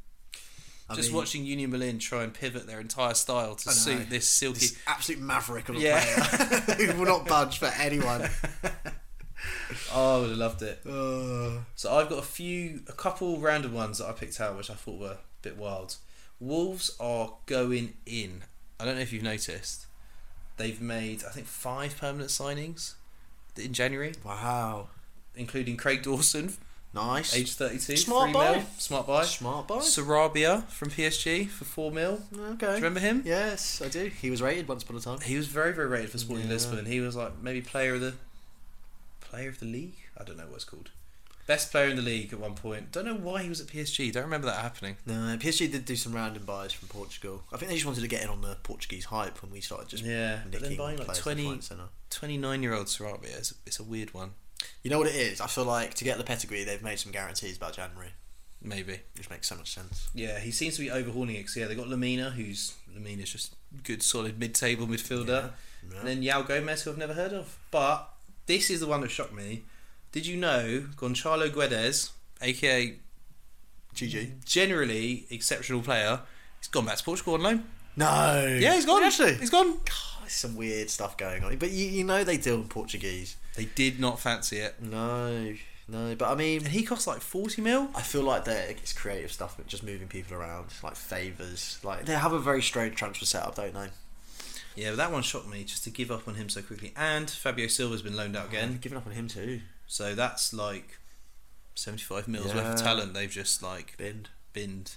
B: I
A: Just
B: mean,
A: watching Union Berlin try and pivot their entire style to
B: I know.
A: suit this silky.
B: This absolute maverick of a
A: Yeah.
B: player who will not budge for anyone.
A: Oh, I would have loved it.
B: Uh,
A: So I've got a few, a couple random ones that I picked out, which I thought were a bit wild. Wolves are going in. I don't know if you've noticed. They've made, I think, five permanent signings in January,
B: wow.
A: including Craig Dawson
B: Nice.
A: Age 32.
B: Smart
A: three
B: buy.
A: Mil, smart buy.
B: Smart buy.
A: Sarabia from PSG for 4 mil. Do
B: Okay.
A: you remember him?
B: Yes, I do. He was rated once upon a time.
A: He was very, very rated for Sporting
B: Yeah.
A: Lisbon. He was like maybe player of the player of the league. I don't know what it's called. Best player in the league at one point. Don't know why he was at PSG. Don't remember that happening.
B: No, PSG did do some random buys from Portugal. I think they just wanted to get in on the Portuguese hype when we started just
A: yeah, but then
B: nicking
A: buying like
B: players
A: 20,
B: left, right, and centre.
A: 29 year old Sarabia is it's a weird one.
B: You know what it is? I feel like to get the pedigree, they've made some guarantees about January,
A: Maybe.
B: which makes so much sense.
A: Yeah, he seems to be overhauling it. 'cause, yeah, they got Lamina, who's Lamina's just good, solid mid-table midfielder.
B: Yeah.
A: And then Yao Gomez, who I've never heard of. But this is the one that shocked me. Did you know Gonçalo Guedes, aka
B: GG.
A: generally exceptional player, he's gone back to Portugal on loan?
B: No.
A: Yeah, he's gone.
B: Actually.
A: He's gone.
B: there's some weird stuff going on. But you, you know they deal in Portuguese.
A: They did not fancy it.
B: No, no. But I mean,
A: And he cost like 40 mil?
B: I feel like they're it's creative stuff, but just moving people around, like favors. Like they have a very strange transfer setup, don't they?
A: Yeah, but that one shocked me just to give up on him so quickly. And Fabio Silva's been loaned out
B: I've
A: again.
B: given up on him too.
A: So that's like 75 mils worth of
B: Yeah.
A: talent they've just like
B: Binned.
A: binned.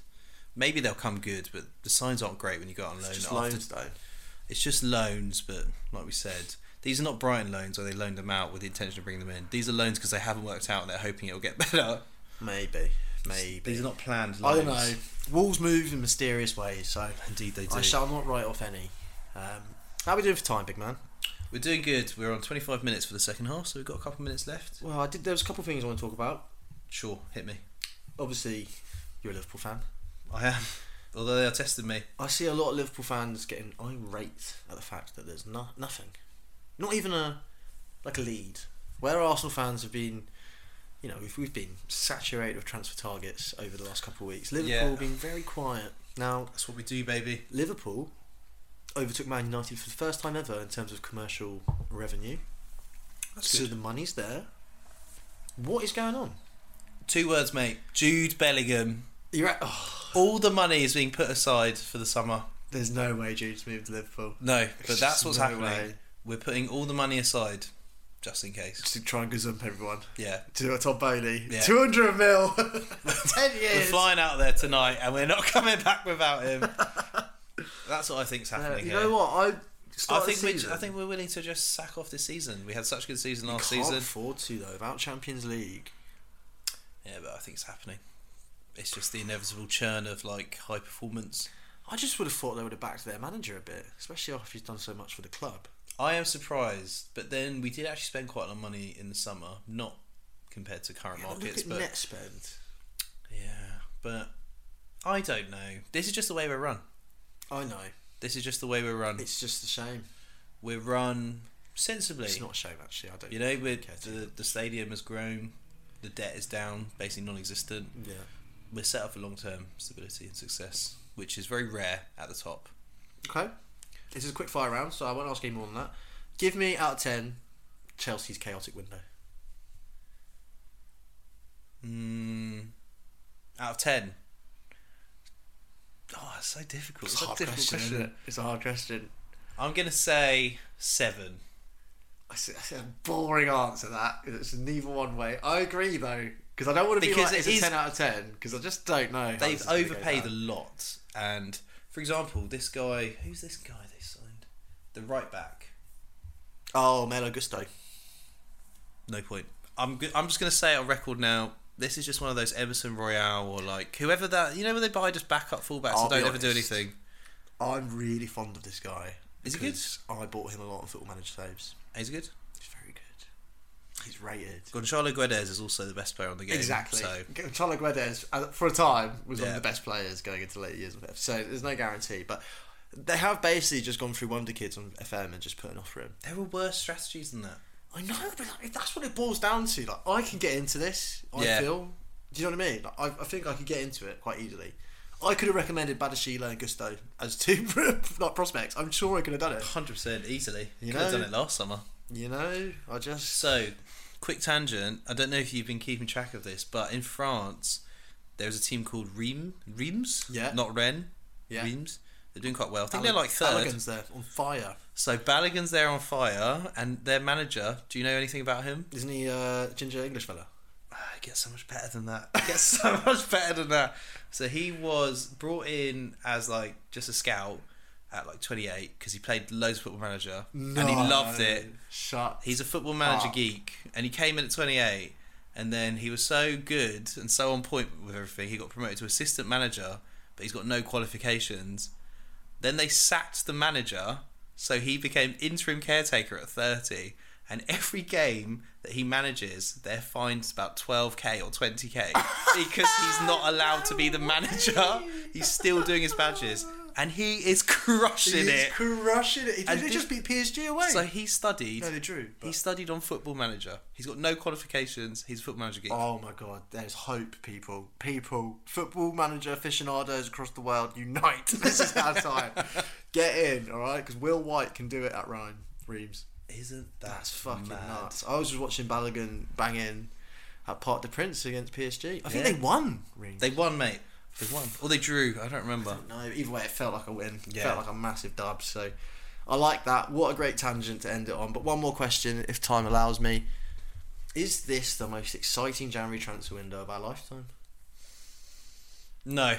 A: Maybe they'll come good, but the signs aren't great when you go out on loan.
B: It's just
A: after-
B: loans though.
A: It's just loans, but like we said, these are not Brighton loans where they loaned them out with the intention of bringing them in. These are loans because they haven't worked out and they're hoping it'll get better.
B: Maybe, maybe.
A: These are not planned
B: I
A: loans.
B: don't know. Wolves move in mysterious ways, so
A: Indeed, they do.
B: I shall not write off any. Um, how are we doing for time, big man?
A: We're doing good. We're on 25 minutes for the second half, so we've got a couple minutes left.
B: Well, I did. There was a couple of things I want to talk about.
A: Sure, hit me.
B: Obviously, you're a Liverpool fan.
A: I am. Although they are testing me.
B: I see a lot of Liverpool fans getting irate at the fact that there's no, nothing, not even a like a lead. Where Arsenal fans have been, you know, we've, we've been saturated with transfer targets over the last couple of weeks. Liverpool
A: Yeah.
B: have been very quiet. Now
A: That's what we do, baby.
B: Liverpool overtook Man United for the first time ever in terms of commercial revenue.
A: That's
B: So
A: good.
B: the money's there. What is going on?
A: Two words, mate. Jude Bellingham.
B: You're at, oh,
A: All the money is being put aside for the summer.
B: there's no way Jude's moved to Liverpool.
A: No, but
B: There's
A: that's
B: just
A: what's
B: no
A: happening.
B: way.
A: We're putting all the money aside, just in case.
B: Just to try and gazump everyone.
A: Yeah.
B: to Todd Bowley.
A: Yeah.
B: 200 mil. 10
A: We're
B: years.
A: flying out there tonight, and we're not coming back without him. That's what I think's
B: Uh,
A: happening
B: you
A: here.
B: know what? I,
A: I
B: start
A: think
B: the
A: we,
B: season.
A: I think we're willing to just sack off this season. We had such a good season
B: You
A: last
B: can't
A: season.
B: afford to, though, without Champions League.
A: Yeah, but I think it's happening. It's just the inevitable churn of like high performance.
B: I just would have thought they would have backed their manager a bit, especially after he's done so much for the club.
A: I am surprised, but then we did actually spend quite a lot of money in the summer, not compared to current
B: Yeah, but
A: markets,
B: look
A: but
B: at net spend.
A: yeah, but I don't know. This is just the way we're run.
B: I know.
A: This is just the way we're run.
B: It's just a shame.
A: we're run sensibly.
B: It's not a shame, actually. I don't.
A: You know, with
B: Okay,
A: the the stadium has grown, the debt is down, basically non-existent.
B: Yeah.
A: We're set up for long-term stability and success, which is very rare at the top.
B: Okay. This is a quick fire round, so I won't ask any more than that. Give me out of 10 Chelsea's chaotic window.
A: Mm, out of ten. Oh, it's so difficult. It's, a difficult question.
B: isn't it? It's a hard question.
A: I'm gonna say seven.
B: I said, I said a boring answer that it's neither one way. I agree though because I don't want to
A: Because
B: be like
A: it
B: it's
A: is-
B: a ten out of ten because I just don't know. how this
A: They've
B: is gonna go
A: overpaid a
B: down.
A: lot, and for example, this guy. Who's this guy they signed? The right back.
B: Oh, Melo Gusto.
A: No point. I'm go- I'm just gonna say it on record now. This is just one of those Emerson Royale or like whoever that you know when they buy just backup fullbacks
B: I'll
A: that don't
B: be
A: ever do
B: honest.
A: anything.
B: I'm really fond of this guy.
A: Is he good?
B: because I bought him a lot on Football Manager saves.
A: He's good.
B: He's very good. He's rated.
A: Gonzalo Guedes is also the best player on the game.
B: Exactly.
A: So
B: Gonzalo Guedes, uh, for a time, was one
A: Yeah.
B: of the best players going into later years. of F. So there's no guarantee, but they have basically just gone through wonder kids on FM and just put an offer in.
A: there were worse strategies than that.
B: I know, but like, that's what it boils down to. Like, I can get into this. I
A: Yeah.
B: feel. Do you know what I mean? Like, I, I think I could get into it quite easily. I could have recommended Badashila and Gusto as two like prospects. I'm sure I could have done it.
A: Hundred percent easily. You
B: You
A: could have
B: know-
A: done it last summer.
B: You know, I just
A: So, quick tangent. I don't know if you've been keeping track of this, but in France, there's a team called Reims. Reims,
B: Yeah.
A: not Rennes.
B: Yeah.
A: Reims. They're doing quite well. I think
B: Bal-
A: they're like third.
B: Balogun's there on fire,
A: So Balogun's there on fire, and their manager. Do you know anything about him?
B: isn't he? Uh, ginger English fella.
A: Ah, It gets so much better than that. It gets so much better than that. So he was brought in as like just a scout at like 28 because he played loads of football manager and he loved it.
B: Shut.
A: He's a football manager
B: Ah.
A: geek, and he came in at 28, and then he was so good and so on point with everything. He got promoted to assistant manager, but he's got no qualifications. Then they sacked the manager, so he became interim caretaker at 30. And every game that he manages, their fine's about 12k or 20k because he's not allowed to be the manager. He's still doing his badges. and he is crushing
B: He's
A: it.
B: crushing it. Did
A: And
B: they
A: did-
B: just beat PSG away?
A: So he studied.
B: no, they drew. but-
A: he studied on Football Manager. He's got no qualifications. He's a Football Manager geek.
B: Oh my god, there's hope, people. People, football manager aficionados across the world, unite. This is our time. Get in, alright? Because Will White can do it at Ryan Reams.
C: Isn't that
B: That's fucking
C: mad?
B: nuts. I was just watching Balogun bang in at Parc de Prince against PSG. I think
C: Yeah.
B: they won, Reams.
A: They won, mate. They won. Or they drew. I don't remember.
B: No, either way, it felt like a win. It
A: Yeah.
B: Felt like a massive dub. So I like that. What a great tangent to end it on. But one more question, if time allows me. Is this the most exciting January transfer window of our lifetime?
A: No.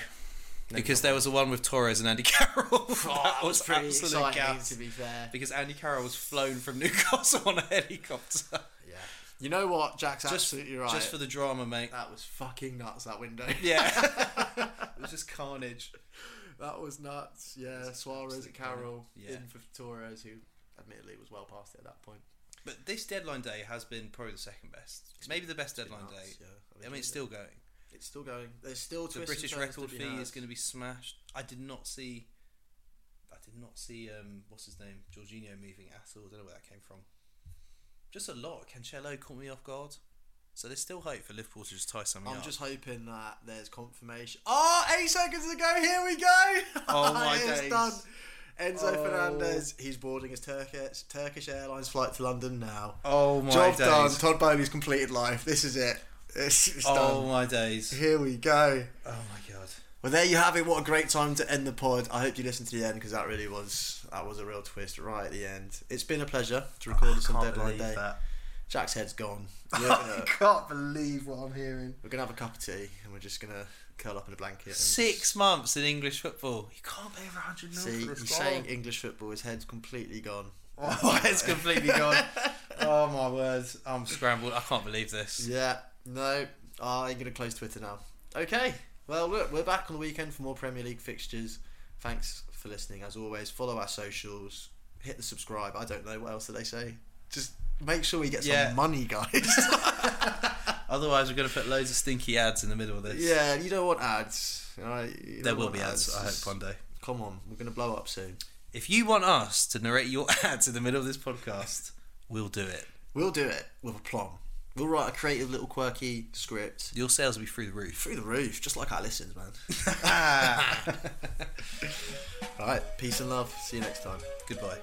A: because there was the one with Torres and Andy Carroll. that was
B: Oh, pretty
A: absolute
B: exciting,
A: gas.
B: to be fair.
A: Because Andy Carroll was flown from Newcastle on a helicopter.
B: Yeah. You know what? Jack's
A: just,
B: absolutely right.
A: just for the drama, mate.
B: that was fucking nuts. That window.
A: Yeah. it was just carnage.
B: that was nuts. Yeah. Suarez at
A: absolute
B: Carroll
A: Yeah.
B: in for Torres, who admittedly was well past it at that point.
A: But this deadline day has been probably the second best. Maybe the best deadline day.
B: Nuts, yeah.
A: I mean, it's still going.
B: it's still going. There's still
A: The British record fee is going to be smashed. I did not see. I did not see um, what's his name, Jorginho moving at all. I don't know where that came from. Just a lot. Cancelo caught me off guard. So there's still hope for Liverpool to just tie something
B: I'm
A: up.
B: just hoping that there's confirmation. Oh, eight seconds to go. Here we go.
A: Oh, my
B: It's
A: days.
B: done. Enzo
A: Oh.
B: Fernandez. He's boarding his Turkish Turkish Airlines flight to London now.
A: oh my
B: Job
A: days!
B: done. Todd Bowley's completed life. This is it. It's, it's
A: oh
B: done.
A: my days!
B: Here we go.
A: Oh my god!
B: Well, there you have it. What a great time to end the pod. I hope you listened to the end because that really was that was a real twist right at the end. It's been a pleasure to record this on deadline day. Jack's head's gone. We're gonna,
A: can't believe what I'm hearing.
B: we're gonna have a cup of tea and we're just gonna curl up in a blanket. And
A: Six months in English football. You can't pay over 100 mil
B: See,
A: for
B: you're
A: a
B: saying English football. His head's completely gone.
A: Oh, it's completely gone. oh my words! I'm scrambled. I can't believe this.
B: Yeah. No. I'm gonna close Twitter now. Okay. Well, look, we're back on the weekend for more Premier League fixtures. Thanks for listening. As always, follow our socials. Hit the subscribe. I don't know what else did they say. Just make sure we get some
A: Yeah.
B: money, guys.
A: Otherwise, we're going to put loads of stinky ads in the middle of this.
B: yeah, you don't want ads. All right? You
A: There
B: don't
A: will
B: want
A: be ads, I hope, one day.
B: Come on, we're gonna blow up soon.
A: If you want us to narrate your ads in the middle of this podcast, we'll do it.
B: We'll do it with aplomb. We'll write a creative little quirky script.
A: Your sales will be through the roof.
B: Through the roof, just like our listens, man.
A: Ah.
B: All right, peace and love. See you next time.
A: Goodbye.